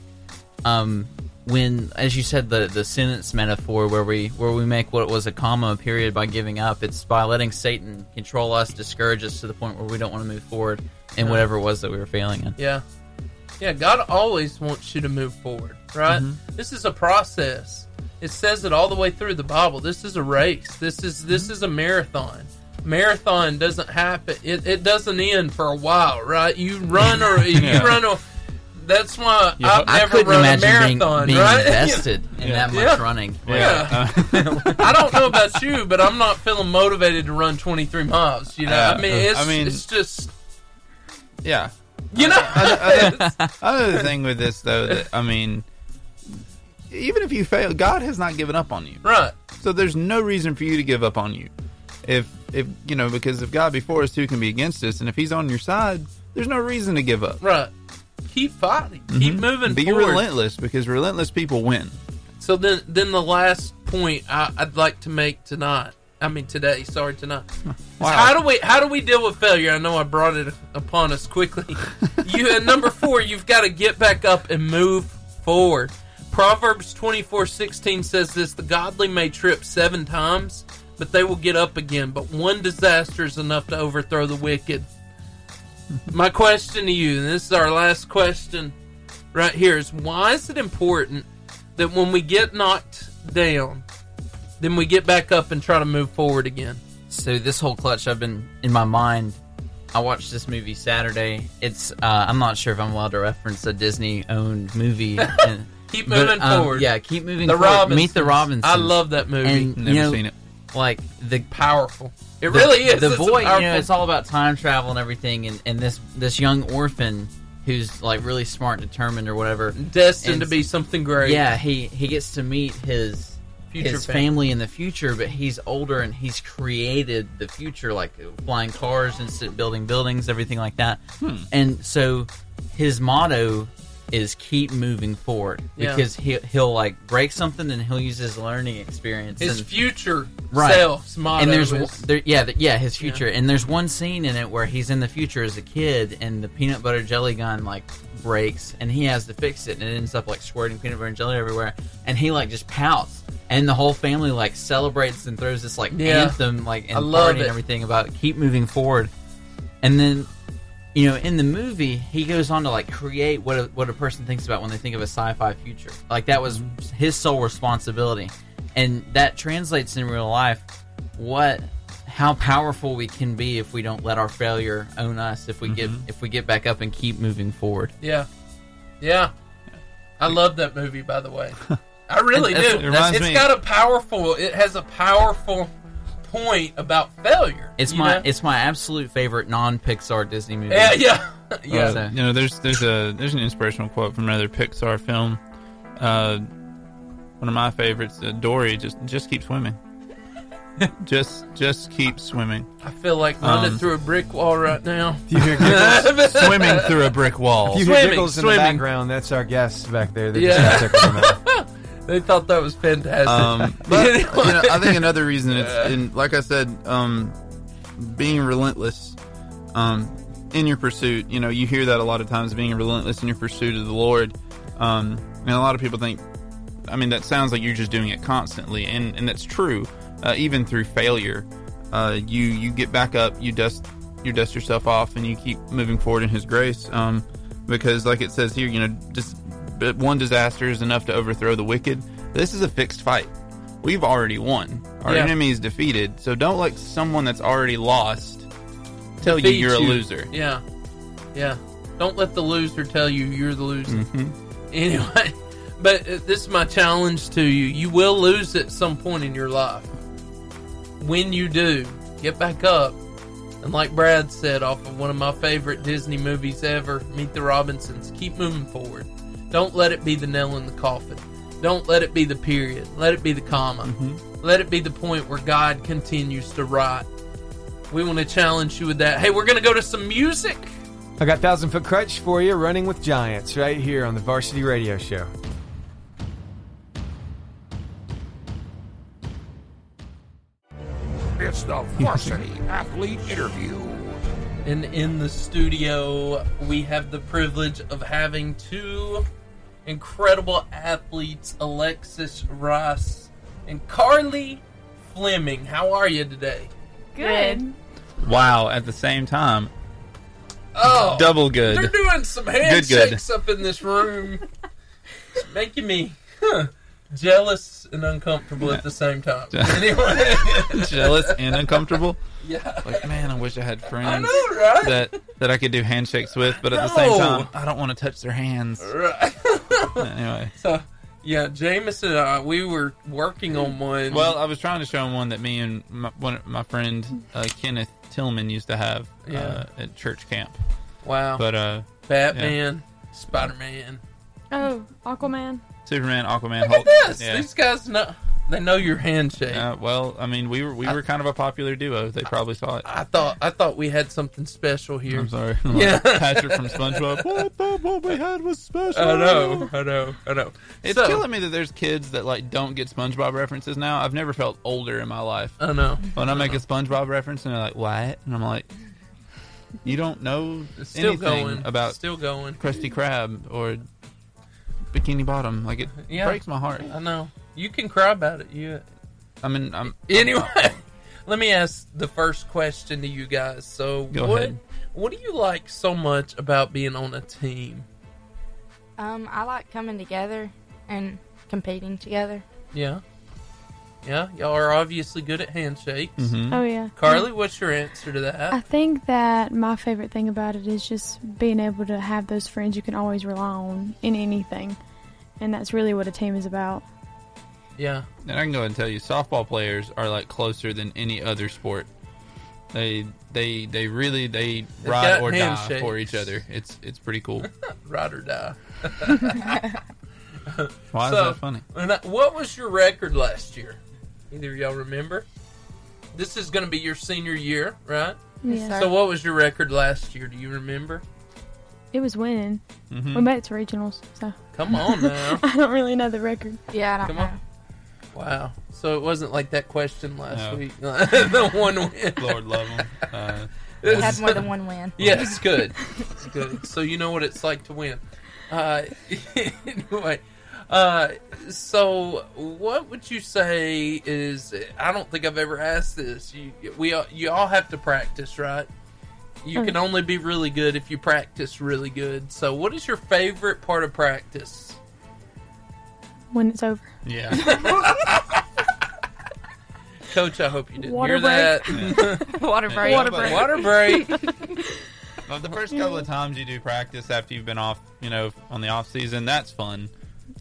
Speaker 3: um, when as you said the the sentence metaphor where we where we make what was a comma a period by giving up, it's by letting Satan control us, discourage us to the point where we don't want to move forward in whatever it was that we were failing in.
Speaker 1: Yeah. Yeah, God always wants you to move forward, right?
Speaker 3: Mm-hmm.
Speaker 1: This is a process. It says it all the way through the Bible. This is a race. This
Speaker 3: Mm-hmm.
Speaker 1: is this is a marathon. Marathon doesn't happen. It, it doesn't end for a while, right? You run
Speaker 3: (laughs)
Speaker 1: or you
Speaker 4: Yeah.
Speaker 1: run a. That's why
Speaker 4: Yeah,
Speaker 1: I've
Speaker 3: I
Speaker 1: never
Speaker 3: couldn't
Speaker 1: run a
Speaker 3: imagine
Speaker 1: marathon,
Speaker 3: being, being
Speaker 1: right? (laughs)
Speaker 3: invested in
Speaker 4: Yeah.
Speaker 3: that much
Speaker 1: Yeah.
Speaker 3: running.
Speaker 1: Yeah.
Speaker 4: Uh,
Speaker 1: I don't know about you, but I'm not feeling motivated to run 23 miles. You know,
Speaker 4: Yeah.
Speaker 1: I mean, it's
Speaker 4: I mean-
Speaker 1: it's just
Speaker 4: (laughs) yeah
Speaker 1: you know,
Speaker 4: Other thing with this though, that I mean, even if you fail, God has not given up on you,
Speaker 1: (laughs) right?
Speaker 4: so there's no reason for you to give up on you. If if you know, because if God before us, who can be against us? And if He's on your side, there's no reason to give up.
Speaker 1: Right. Keep fighting. Keep moving
Speaker 4: Be
Speaker 1: forward.
Speaker 4: relentless, because relentless people win.
Speaker 1: So then, then the last point I, I'd like to make tonight. I mean today. Sorry, tonight. is
Speaker 4: Wow.
Speaker 1: How do we how do we deal with failure? I know I brought it upon us quickly. you and number four, you've got to get back up and move forward. Proverbs twenty four sixteen says this: The godly may trip seven times, but they will get up again. But one disaster is enough to overthrow the wicked. My question to you, and this is our last question right here, is why is it important that when we get knocked down, then we get back up and try to move forward again.
Speaker 3: So this whole clutch, I've been in my mind. I watched this movie Saturday. It's uh, I'm not sure if I'm allowed to reference a Disney-owned
Speaker 1: (laughs)
Speaker 3: movie. And-
Speaker 1: Keep
Speaker 3: but,
Speaker 1: moving
Speaker 3: um,
Speaker 1: forward.
Speaker 3: Yeah, keep moving.
Speaker 1: the
Speaker 3: forward.
Speaker 1: Robinsons.
Speaker 3: Meet the Robinsons.
Speaker 1: I love that movie.
Speaker 3: And
Speaker 4: Never
Speaker 3: you know,
Speaker 4: seen it.
Speaker 3: Like the
Speaker 1: powerful. It
Speaker 3: the-
Speaker 1: really is.
Speaker 3: The
Speaker 1: It's a
Speaker 3: boy, you know,
Speaker 1: powerful-
Speaker 3: it's all about time travel and everything, and, and this this young orphan who's like really smart, determined, or whatever.
Speaker 1: destined to
Speaker 3: and-
Speaker 1: be something great.
Speaker 3: Yeah, he he gets to meet his
Speaker 1: Future
Speaker 3: his
Speaker 1: family.
Speaker 3: family. in the future, but he's older and he's created the future, like flying cars, instant building buildings, everything like that.
Speaker 1: Hmm.
Speaker 3: And so his motto is keep moving forward
Speaker 1: Yeah.
Speaker 3: because he he'll like break something and he'll use his learning experience.
Speaker 1: His
Speaker 3: and,
Speaker 1: future
Speaker 3: Right.
Speaker 1: self's motto
Speaker 3: and there's
Speaker 1: is-
Speaker 3: one- there, yeah th- yeah his future and there's one scene in it where he's in the future as a kid and the peanut butter jelly gun like breaks and he has to fix it and it ends up like squirting peanut butter and jelly everywhere and he like just pouts and the whole family like celebrates and throws this like
Speaker 1: Yeah.
Speaker 3: anthem like and
Speaker 1: I love
Speaker 3: party
Speaker 1: it.
Speaker 3: and everything about keep moving forward and then you know in the movie he goes on to like create what a, what a person thinks about when they think of a sci-fi future like that was his sole responsibility and that translates in real life what how powerful we can be if we don't let our failure own us if we get
Speaker 1: Mm-hmm.
Speaker 3: if we get back up and keep moving forward
Speaker 1: yeah, yeah. I love that movie, by the way. I really
Speaker 4: That's-
Speaker 1: do.
Speaker 4: it reminds
Speaker 1: it's
Speaker 4: me-
Speaker 1: got a powerful. It has a powerful point about failure.
Speaker 3: it's
Speaker 1: you
Speaker 3: my
Speaker 1: know?
Speaker 3: it's my absolute favorite non-pixar disney movie
Speaker 1: yeah,
Speaker 3: (laughs)
Speaker 1: yeah, yeah.
Speaker 3: So-
Speaker 4: Uh, You know, there's there's a there's an inspirational quote from another Pixar film. Uh, one of my favorites, uh, Dory, just just keep swimming. (laughs) just just keep swimming.
Speaker 1: I feel like running
Speaker 4: Um,
Speaker 1: through a brick wall right now.
Speaker 2: If you hear giggles,
Speaker 1: (laughs)
Speaker 4: swimming through a brick wall.
Speaker 2: if you
Speaker 1: Swimming,
Speaker 2: hear giggles in
Speaker 1: swimming.
Speaker 2: the background, that's our guests back there. They
Speaker 1: Yeah.
Speaker 2: just got tickled in the mouth.
Speaker 1: They thought that was fantastic.
Speaker 4: Um, but, you know, I think another reason it's, and like I said, um, being relentless. Um, in your pursuit. You know, you hear that a lot of times, being relentless in your pursuit of the Lord. Um, and a lot of people think, I mean, that sounds like you're just doing it constantly, and and that's true. Uh, even through failure, uh, you you get back up, you dust you dust yourself off, and you keep moving forward in His grace. Um, because, like it says here, you know, just but one disaster is enough to overthrow the wicked. This is a fixed fight. We've already won. Our
Speaker 1: Yeah.
Speaker 4: enemy is defeated. So don't let someone that's already lost tell you
Speaker 1: Defeat
Speaker 4: you're a loser.
Speaker 1: Yeah, yeah. Don't let the loser tell you you're the loser.
Speaker 4: Mm-hmm.
Speaker 1: Anyway, (laughs) but uh, this is my challenge to you: you will lose at some point in your life. When you do, get back up. And like Brad said, off of one of my favorite Disney movies ever, Meet the Robinsons, keep moving forward. Don't let it be the nail in the coffin. Don't let it be the period. Let it be the comma. Let it be the point where God continues to write. We want to challenge you with that. Hey, we're going to go to some music.
Speaker 2: I got Thousand Foot Crutch for you, running with giants, right here on the Varsity
Speaker 1: (laughs)
Speaker 2: Radio Show.
Speaker 5: It's the Varsity Athlete Interview.
Speaker 1: And in the studio, we have the privilege of having two incredible athletes, Alexis Ross and Carly Fleming. How are you today?
Speaker 7: Good.
Speaker 4: Wow, at the same time.
Speaker 1: Oh,
Speaker 4: Double
Speaker 1: they're
Speaker 4: good.
Speaker 1: doing some
Speaker 4: Good,
Speaker 1: handshakes
Speaker 4: good.
Speaker 1: up in this room. it's making me huh, jealous and uncomfortable at the same
Speaker 4: (laughs)
Speaker 1: time. anyway,
Speaker 4: Jealous and uncomfortable.
Speaker 1: yeah.
Speaker 4: Like, man, I wish I had
Speaker 1: I
Speaker 4: friends (laughs)
Speaker 1: know, right?
Speaker 4: that, that I could do handshakes with, but at the same
Speaker 1: No.
Speaker 4: time, I don't want to touch their hands.
Speaker 1: Right.
Speaker 4: Anyway.
Speaker 1: So, yeah, Jameson and I, we were working on one.
Speaker 4: Well, I was trying to show him one that me and my, one, my friend uh, Kenneth Tillman used to have
Speaker 1: Yeah.
Speaker 4: uh, at church camp.
Speaker 1: wow.
Speaker 4: But uh,
Speaker 1: Batman, Spider Man.
Speaker 7: Oh, Aquaman.
Speaker 4: Superman, Aquaman,
Speaker 1: Look
Speaker 4: Hulk.
Speaker 1: at this.
Speaker 4: Yeah.
Speaker 1: These guys know. They know your handshake.
Speaker 4: Uh, well, I mean, we were we were kind of a popular duo. They probably saw it.
Speaker 1: I thought I thought we had something special here.
Speaker 4: I'm sorry, (laughs)
Speaker 1: Yeah.
Speaker 4: Patrick from SpongeBob. What the what we had was special.
Speaker 1: I know, I know, I know.
Speaker 4: It's
Speaker 1: So-
Speaker 4: killing me that there's kids that like don't get SpongeBob references now. I've never felt older in my life.
Speaker 1: I know.
Speaker 4: When I make a SpongeBob reference and they're like, "What?" and I'm like, "You don't know
Speaker 1: It's still
Speaker 4: anything
Speaker 1: going.
Speaker 4: about
Speaker 1: still going.
Speaker 4: Krusty Krab or Bikini Bottom." Like it
Speaker 1: Yeah.
Speaker 4: breaks my heart.
Speaker 1: I know. You can cry about it. You
Speaker 4: I mean, I'm
Speaker 1: anyway. (laughs) Let me ask the first question to you guys. So,
Speaker 4: Go
Speaker 1: what
Speaker 4: ahead.
Speaker 1: what do you like so much about being on a team?
Speaker 7: Um, I like coming together and competing together.
Speaker 1: Yeah, yeah. Y'all are obviously good at handshakes.
Speaker 4: Mhm.
Speaker 8: Oh yeah.
Speaker 1: Carly, what's your answer to
Speaker 8: I
Speaker 1: that?
Speaker 8: think that my favorite thing about it is just being able to have those friends you can always rely on in anything. And that's really what a team is about.
Speaker 1: Yeah.
Speaker 4: And I can go ahead and tell you, softball players are like closer than any other sport. They they they really they ride
Speaker 1: got
Speaker 4: or die
Speaker 1: handshakes.
Speaker 4: for each other. It's it's
Speaker 1: (laughs)
Speaker 4: pretty cool.
Speaker 1: ride or die.
Speaker 4: Why
Speaker 1: So-
Speaker 4: is that funny?
Speaker 1: And I- what was your record last year? Either of y'all remember? This is going to be your senior year, right?
Speaker 7: Yes,
Speaker 8: Yeah.
Speaker 7: sir.
Speaker 1: So, what was your record last year? Do you remember?
Speaker 8: It was winning.
Speaker 4: Mhm.
Speaker 8: We made it to regionals, so (laughs)
Speaker 1: Come on
Speaker 7: (laughs)
Speaker 1: now.
Speaker 8: I don't really know the record.
Speaker 7: Yeah, I don't
Speaker 1: Come
Speaker 7: know.
Speaker 1: on. Wow. So, it wasn't like that question last
Speaker 4: No.
Speaker 1: week. (laughs) the one win.
Speaker 4: Lord love them. Uh,
Speaker 7: We had
Speaker 1: (laughs)
Speaker 7: more than one win.
Speaker 1: Yes, good.
Speaker 7: (laughs)
Speaker 1: It's good. So you know what it's like to win. Uh, (laughs) anyway, uh, so what would you say is? I don't think I've ever asked this. You, we, all- you all have to practice, right?
Speaker 7: Oh,
Speaker 1: You can only be really good if you practice really good. So, what is your favorite part of practice?
Speaker 8: When it's over.
Speaker 1: (laughs)
Speaker 4: yeah.
Speaker 1: Coach, I hope you didn't
Speaker 8: Water
Speaker 1: hear that.
Speaker 7: Water break.
Speaker 4: Water break.
Speaker 1: Water
Speaker 7: (laughs)
Speaker 1: break.
Speaker 4: Well, the first couple of times you do practice after you've been off, you know, on the off season, that's fun.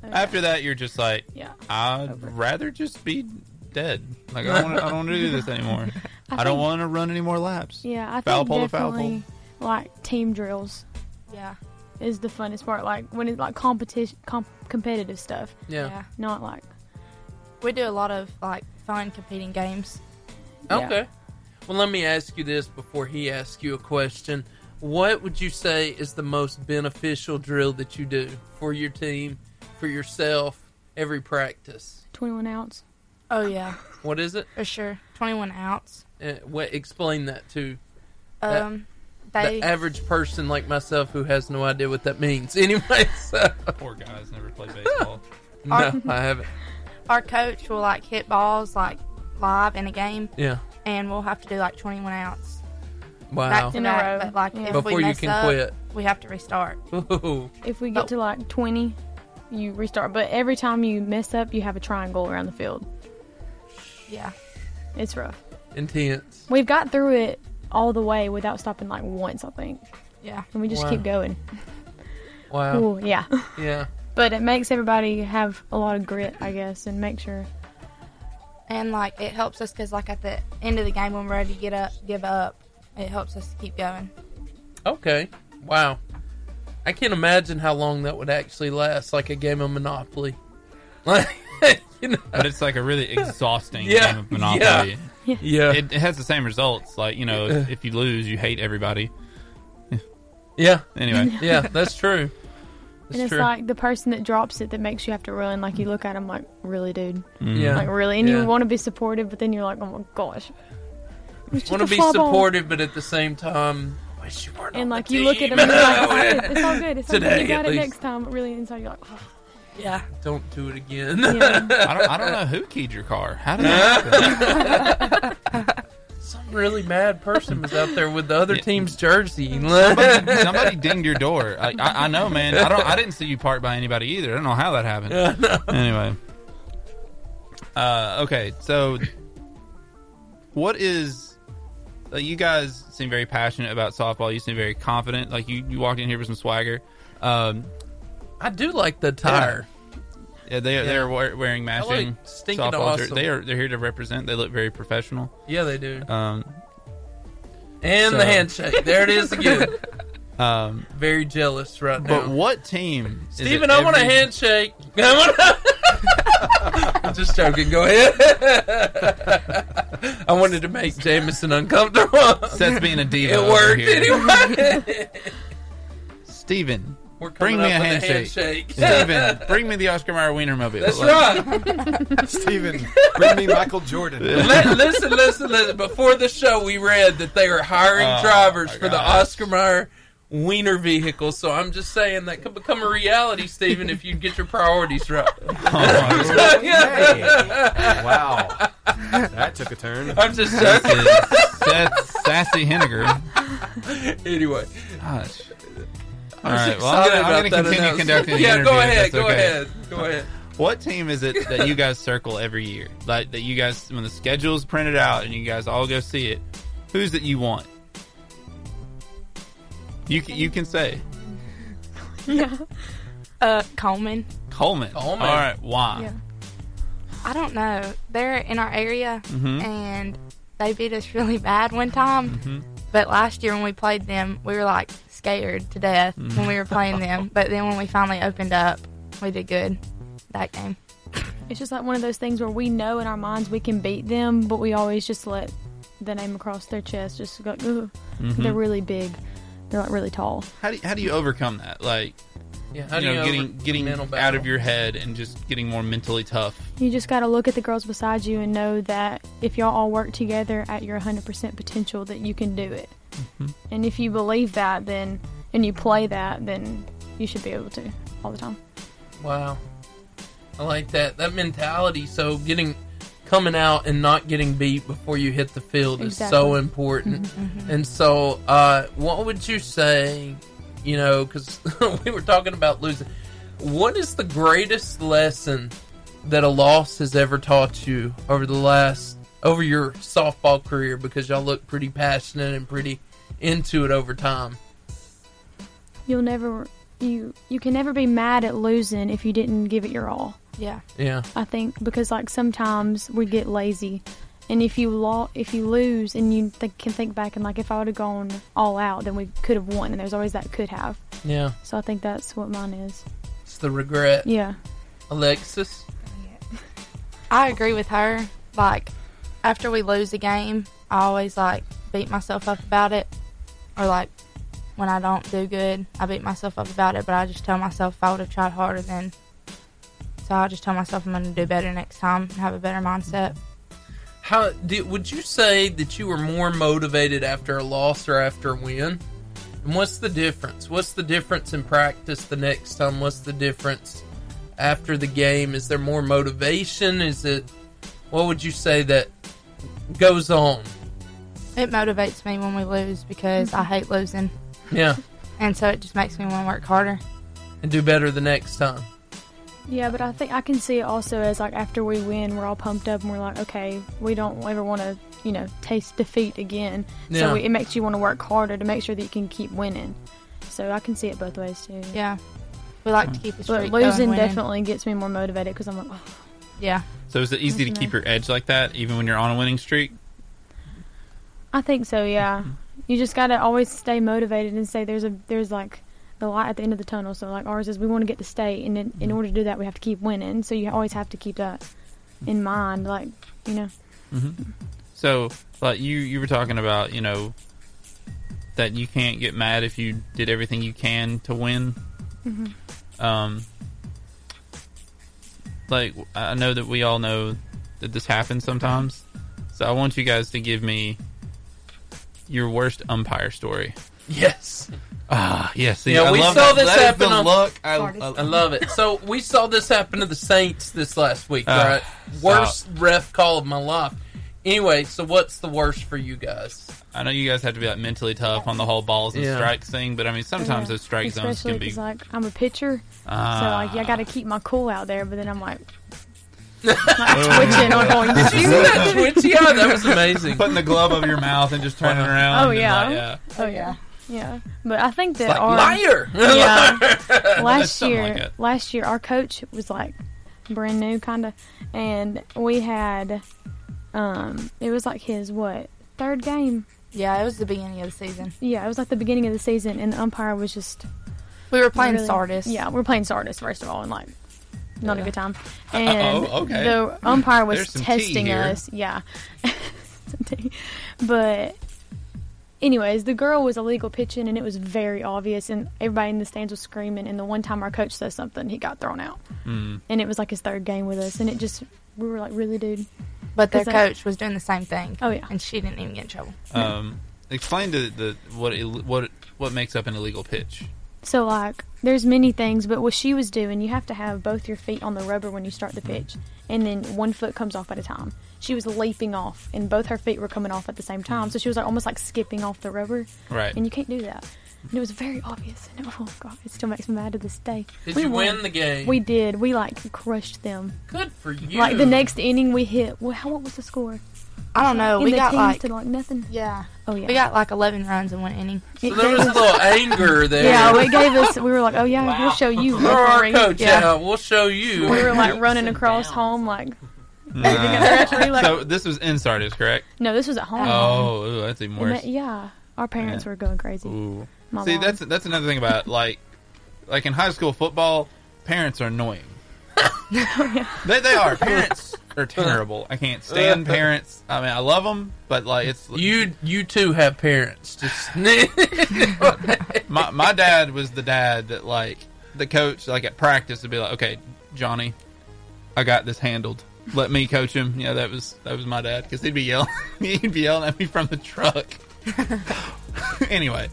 Speaker 4: After that, you're just like,
Speaker 8: Yeah.
Speaker 4: I'd rather just be dead. Like I don't, wanna- I don't want to do this anymore. I, don't
Speaker 8: think-
Speaker 4: want to run any more laps.
Speaker 8: Yeah, I
Speaker 4: Foul
Speaker 8: think
Speaker 4: pole to foul
Speaker 8: definitely like team drills
Speaker 7: Yeah.
Speaker 8: is the funnest part. Like when it's like competition, com- competitive stuff,
Speaker 7: yeah,
Speaker 1: Yeah.
Speaker 8: not like
Speaker 7: We do a lot of like fun competing games.
Speaker 8: Yeah.
Speaker 1: Okay. Well, let me ask you this before he asks you a question. What would you say is the most beneficial drill that you do for your team, for yourself, every practice?
Speaker 8: 21 ounce.
Speaker 7: Oh yeah,
Speaker 1: What is it?
Speaker 7: for sure. Twenty-one ounce.
Speaker 1: Uh, what, explain that to. That-
Speaker 7: Um, They
Speaker 1: the average person like myself who has no idea what that means. (laughs) Anyway,
Speaker 7: (laughs)
Speaker 1: so
Speaker 4: Poor guys never played baseball.
Speaker 1: no, I haven't.
Speaker 7: our coach will like hit balls like live in a game,
Speaker 1: Yeah,
Speaker 7: and we'll have to do like 21 ounts
Speaker 1: wow.
Speaker 7: back to
Speaker 8: In a
Speaker 7: back.
Speaker 8: row.
Speaker 7: But like
Speaker 8: Yeah.
Speaker 7: if
Speaker 1: Before
Speaker 7: we
Speaker 1: you
Speaker 7: mess
Speaker 1: can
Speaker 7: up,
Speaker 1: quit.
Speaker 7: we have to restart.
Speaker 1: (laughs) Ooh,
Speaker 8: If we get
Speaker 7: Oh.
Speaker 8: to like 20, you restart. But every time you mess up, you have a triangle around the field.
Speaker 7: Yeah,
Speaker 8: It's rough.
Speaker 1: intense.
Speaker 8: We've got through it all the way without stopping like once, I think.
Speaker 7: yeah.
Speaker 8: And we just
Speaker 1: Wow.
Speaker 8: keep going.
Speaker 1: Wow.
Speaker 8: Ooh, yeah. (laughs)
Speaker 1: Yeah.
Speaker 8: but it makes everybody have a lot of grit, I guess, and make sure.
Speaker 7: And like it helps us because like at the end of the game when we're ready to get up, give up, it helps us to keep going.
Speaker 1: Okay. Wow. I can't imagine how long that would actually last, like a game of Monopoly. (laughs) Like, you
Speaker 8: (laughs)
Speaker 1: know.
Speaker 4: But it's like a really exhausting
Speaker 1: Yeah,
Speaker 4: game of Monopoly.
Speaker 1: yeah. yeah.
Speaker 4: It, it has the same results. Like you know, if, if you lose, you hate everybody.
Speaker 1: yeah. (laughs)
Speaker 4: Anyway,
Speaker 1: Yeah. That's true. That's
Speaker 8: and it's
Speaker 1: true.
Speaker 8: like the person that drops it that makes you have to run. Like you look at them like, really, dude,
Speaker 4: Mm.
Speaker 1: yeah.
Speaker 8: like really, and
Speaker 1: Yeah.
Speaker 8: you want to be supportive, but then you're like, oh my gosh,
Speaker 1: want to be supportive, but at the same time, wish you weren't. on
Speaker 8: And
Speaker 1: the
Speaker 8: like you look at
Speaker 1: team.
Speaker 8: them, and you're like, it's all good, it's all good, it's all good.
Speaker 1: Today,
Speaker 8: You got
Speaker 1: at
Speaker 8: it
Speaker 1: least.
Speaker 8: next time. But really, inside you're like, oh,
Speaker 7: Yeah.
Speaker 1: (laughs) Don't do it again.
Speaker 8: yeah.
Speaker 4: I don't, I don't know who keyed your car. How did that happen?
Speaker 1: (laughs) Some really bad person was out there with the other
Speaker 4: Yeah.
Speaker 1: team's
Speaker 8: (laughs)
Speaker 1: jersey. (laughs)
Speaker 4: somebody, somebody dinged your door. I, I, I know, man. I don't. I didn't see you parked by anybody either. I don't know how that happened.
Speaker 1: Yeah, no.
Speaker 4: Anyway, uh, okay. So, what is? Like, you guys seem very passionate about softball. You seem very confident. Like you, you walked in here with some swagger. Um,
Speaker 1: I do like the tire.
Speaker 4: yeah, they are they're wear- wearing
Speaker 1: look
Speaker 4: matching
Speaker 1: stinking
Speaker 4: softball
Speaker 1: awesome.
Speaker 4: jer- They are they're here to represent. They look very professional.
Speaker 1: Yeah, they do.
Speaker 4: Um,
Speaker 1: And the
Speaker 4: so-
Speaker 1: handshake. There it is
Speaker 4: (laughs)
Speaker 1: again.
Speaker 4: um,
Speaker 1: Very jealous right now.
Speaker 4: but what team? is it
Speaker 1: Steven, I want a
Speaker 4: every-
Speaker 1: handshake. (laughs) I want a- I'm (laughs) just joking. Go ahead. (laughs) I wanted to make Jameson uncomfortable.
Speaker 4: Seth's being a diva.
Speaker 1: (laughs) it
Speaker 4: over
Speaker 1: worked
Speaker 4: here.
Speaker 1: (laughs) anyway.
Speaker 4: Steven,
Speaker 1: We're coming
Speaker 4: Bring me
Speaker 1: up
Speaker 4: a
Speaker 1: with
Speaker 4: handshake.
Speaker 1: a handshake.
Speaker 4: Steven, bring me the Oscar Mayer
Speaker 1: (laughs)
Speaker 4: Wienermobile.
Speaker 1: That's
Speaker 4: Like,
Speaker 1: right.
Speaker 2: Steven, bring me
Speaker 1: (laughs)
Speaker 2: Michael Jordan.
Speaker 1: Li- listen, listen, listen. Before the show, we read that they were hiring
Speaker 4: Oh,
Speaker 1: drivers
Speaker 4: my
Speaker 1: for the
Speaker 4: gosh.
Speaker 1: Oscar Mayer Wiener vehicle. So I'm just saying that could become a reality, Steven, if you get your priorities (laughs) right.
Speaker 4: oh, this
Speaker 2: wow. That took a
Speaker 1: (laughs)
Speaker 2: turn.
Speaker 1: I'm just joking.
Speaker 4: is Seth Sassy Henniger.
Speaker 1: Anyway.
Speaker 4: Gosh. All
Speaker 1: (laughs)
Speaker 4: right. Well,
Speaker 1: Sorry
Speaker 4: I'm going
Speaker 1: about that
Speaker 4: to continue
Speaker 1: announcement.
Speaker 4: conducting. the
Speaker 1: Yeah,
Speaker 4: interview
Speaker 1: go
Speaker 4: if
Speaker 1: ahead.
Speaker 4: that's
Speaker 1: Go
Speaker 4: okay.
Speaker 1: ahead. Go ahead.
Speaker 4: What team is it that you guys circle every year? Like that you guys when the schedule's printed out and you guys all go see it. Who's that you want? You can, you can say
Speaker 8: yeah.
Speaker 7: Uh, Coleman.
Speaker 4: Coleman.
Speaker 1: Coleman.
Speaker 4: All right. Why?
Speaker 8: Yeah.
Speaker 7: I don't know. They're in our area,
Speaker 4: Mhm.
Speaker 7: and they beat us really bad one time.
Speaker 4: Mhm.
Speaker 7: But last year when we played them, we were like scared to death when we were playing them. But then when we finally opened up, we did good that game.
Speaker 8: It's just like one of those things where we know in our minds we can beat them, but we always just let the name across their chest just go. Ooh.
Speaker 1: Mm-hmm.
Speaker 8: They're really big. They're like really tall.
Speaker 4: How do you, how do you overcome that? Like
Speaker 1: Yeah, how do
Speaker 4: you know,
Speaker 1: you
Speaker 4: getting
Speaker 1: over-
Speaker 4: getting
Speaker 1: mental
Speaker 4: out
Speaker 1: battle?
Speaker 4: of your head and just getting more mentally tough.
Speaker 8: You just got to look at the girls beside you and know that if y'all all work together at your 100% potential, that you can do it.
Speaker 1: Mm-hmm.
Speaker 8: And if you believe that, then and you play that, then you should be able to all the time.
Speaker 1: Wow. I like that. That mentality. So getting coming out and not getting beat before you hit the field is so
Speaker 8: Exactly. Mm-hmm,
Speaker 1: important. And so uh what would you say, you know, cuz (laughs) we were talking about losing. What is the greatest lesson that a loss has ever taught you over the last over your softball career because y'all look pretty passionate and pretty into it over time.
Speaker 8: You'll never you you can never be mad at losing if you didn't give it your all.
Speaker 7: Yeah.
Speaker 1: Yeah.
Speaker 8: I think because like sometimes we get lazy, and if you lo- if you lose and you th- can think back and like if I would have gone all out, then we could have won. And there's always that could have.
Speaker 1: Yeah.
Speaker 8: So I think that's what mine is.
Speaker 1: It's the regret.
Speaker 8: Yeah,
Speaker 1: Alexis.
Speaker 7: I agree with her. Like, after we lose a game, I always like beat myself up about it, or like when I don't do good, I beat myself up about it. But I just tell myself if I would have tried harder, then so I just tell myself I'm going to do better next time and have a better mindset.
Speaker 1: How did, would you say that you were more motivated after a loss or after a win? And what's the difference? What's the difference in practice the next time? What's the difference after the game? Is there more motivation? Is it what would you say that goes on?
Speaker 7: It motivates me when we lose because
Speaker 8: Mm-hmm.
Speaker 7: I hate losing,
Speaker 1: Yeah,
Speaker 7: and so it just makes me want to work harder.
Speaker 1: and do better the next time.
Speaker 8: Yeah, but I think I can see it also as like after we win, we're all pumped up and we're like, okay, we don't ever want to, you know, taste defeat again.
Speaker 1: Yeah.
Speaker 8: So it makes you want to work harder to make sure that you can keep winning. So I can see it both ways too.
Speaker 7: Yeah, we like to keep a
Speaker 8: Mm. But
Speaker 7: streak. going,
Speaker 8: losing
Speaker 7: winning.
Speaker 8: definitely gets me more motivated because I'm like, oh,
Speaker 7: Yeah,
Speaker 4: So is it easy to
Speaker 8: Isn't
Speaker 4: keep
Speaker 8: it?
Speaker 4: your edge like that, even when you're on a winning streak?
Speaker 8: I think so. Yeah,
Speaker 4: Mm-hmm.
Speaker 8: you just gotta always stay motivated and say there's a there's like the light at the end of the tunnel. So like ours is we want to get to state, and in, in
Speaker 4: Mm-hmm.
Speaker 8: order to do that, we have to keep winning. So you always have to keep that
Speaker 4: Mm-hmm.
Speaker 8: in mind. Like you know,
Speaker 4: So, like you you were talking about, you know, that you can't get mad if you did everything you can to win. Um, like I know that we all know that this happens sometimes. So I want you guys to give me your worst umpire story.
Speaker 1: Yes.
Speaker 4: Ah, yes. see,
Speaker 1: Yeah,
Speaker 4: I
Speaker 1: we
Speaker 4: love
Speaker 1: saw
Speaker 4: that.
Speaker 1: this
Speaker 4: That is
Speaker 1: happen
Speaker 4: the
Speaker 1: on-
Speaker 4: look. I,
Speaker 1: I
Speaker 4: I-
Speaker 1: love it. So we saw this happen to the Saints this last week,
Speaker 4: Ah,
Speaker 1: right? Worst ref call of my life. Anyway, so what's the worst for you guys?
Speaker 4: I know you guys have to be like mentally tough on the whole balls and
Speaker 1: Yeah.
Speaker 4: strikes thing, but I mean sometimes
Speaker 8: Yeah.
Speaker 4: those strike zones
Speaker 8: especially
Speaker 4: can be.
Speaker 8: because like I'm a pitcher, so
Speaker 4: Ah.
Speaker 8: like yeah, I gotta keep my cool out there. But then
Speaker 4: (laughs)
Speaker 8: I'm like, (laughs) like twitching,
Speaker 1: (laughs)
Speaker 8: I'm going shoot.
Speaker 1: That twitch, yeah, that was amazing.
Speaker 4: putting the glove over your mouth and just turning around.
Speaker 8: Oh,
Speaker 4: and,
Speaker 8: yeah.
Speaker 4: like, yeah.
Speaker 8: Oh yeah, yeah. But I think that
Speaker 4: like
Speaker 8: our
Speaker 1: Liar.
Speaker 8: (laughs) Yeah.
Speaker 4: That's
Speaker 8: last
Speaker 4: something
Speaker 8: year,
Speaker 4: like that.
Speaker 8: last year our coach was like brand new, kinda, and we had, um, it was like his what third game?
Speaker 7: yeah, it was the beginning of the season.
Speaker 8: Yeah, it was like the beginning of the season, and the umpire was just
Speaker 7: We were playing
Speaker 8: really-
Speaker 7: Sardis.
Speaker 8: Yeah, we we're playing Sardis first of all, and like. Not a
Speaker 7: Yeah.
Speaker 8: good time. And
Speaker 4: okay.
Speaker 8: the umpire was
Speaker 4: There's some tea
Speaker 8: testing
Speaker 4: here.
Speaker 8: us. Yeah. (laughs) Some tea. but anyways, the girl was illegal pitching and it was very obvious and everybody in the stands was screaming and the one time our coach said something, he got thrown out.
Speaker 4: Hmm.
Speaker 8: Mm. And it was like his third game with us and it just we were like, Really dude?
Speaker 7: but their
Speaker 8: Is that-
Speaker 7: coach was doing the same thing.
Speaker 8: Oh, yeah.
Speaker 7: and she didn't even get in trouble.
Speaker 4: Um, explain to the what ill- what what makes up an illegal pitch.
Speaker 8: So like, there's many things, but what she was doing, you have to have both your feet on the rubber when you start the pitch, and then one foot comes off at a time. She was leaping off, and both her feet were coming off at the same time, so she was like almost like skipping off the rubber.
Speaker 4: Right.
Speaker 8: And you can't do that. And it was very obvious. (laughs) And it, oh god, it still makes me mad to this day.
Speaker 1: Did
Speaker 8: We
Speaker 1: you
Speaker 8: won.
Speaker 1: win the game?
Speaker 8: We did. We like crushed them.
Speaker 1: (laughs) Good for you.
Speaker 8: Like the next inning, we hit. Well, how, what was the score?
Speaker 7: I don't know.
Speaker 8: In
Speaker 7: we
Speaker 8: the
Speaker 7: got
Speaker 8: teens
Speaker 7: like
Speaker 8: to like nothing.
Speaker 7: yeah,
Speaker 8: Oh yeah.
Speaker 7: we got like 11 runs in one inning.
Speaker 1: So there was a little anger there.
Speaker 8: yeah,
Speaker 1: (laughs)
Speaker 8: it gave us. We were like, oh yeah, we'll show you.
Speaker 1: Or our
Speaker 8: referee.
Speaker 1: coach, yeah.
Speaker 7: Yeah.
Speaker 1: we'll show you.
Speaker 8: We were like running across
Speaker 3: downs.
Speaker 8: home, like (laughs)
Speaker 4: Uh,
Speaker 8: referee, like, Uh-huh.
Speaker 4: so this was in Sardis, correct?
Speaker 8: no, this was at home.
Speaker 4: Oh, ooh, that's even
Speaker 8: And
Speaker 4: worse.
Speaker 8: that- yeah, our parents
Speaker 4: Yeah.
Speaker 8: were going crazy.
Speaker 4: Ooh.
Speaker 8: My
Speaker 4: See,
Speaker 8: mom.
Speaker 4: that's that's another thing about like like in high school football, parents are annoying. they, they are. Parents are terrible. I can't stand parents. I mean, I love them, but like it's
Speaker 1: you you too have parents. Just (laughs)
Speaker 4: my, my dad was the dad that like the coach like at practice would be like okay johnny i got this handled let me coach him yeah that was that was my dad because he'd be yelling (laughs) he'd be yelling at me from the truck (laughs) anyway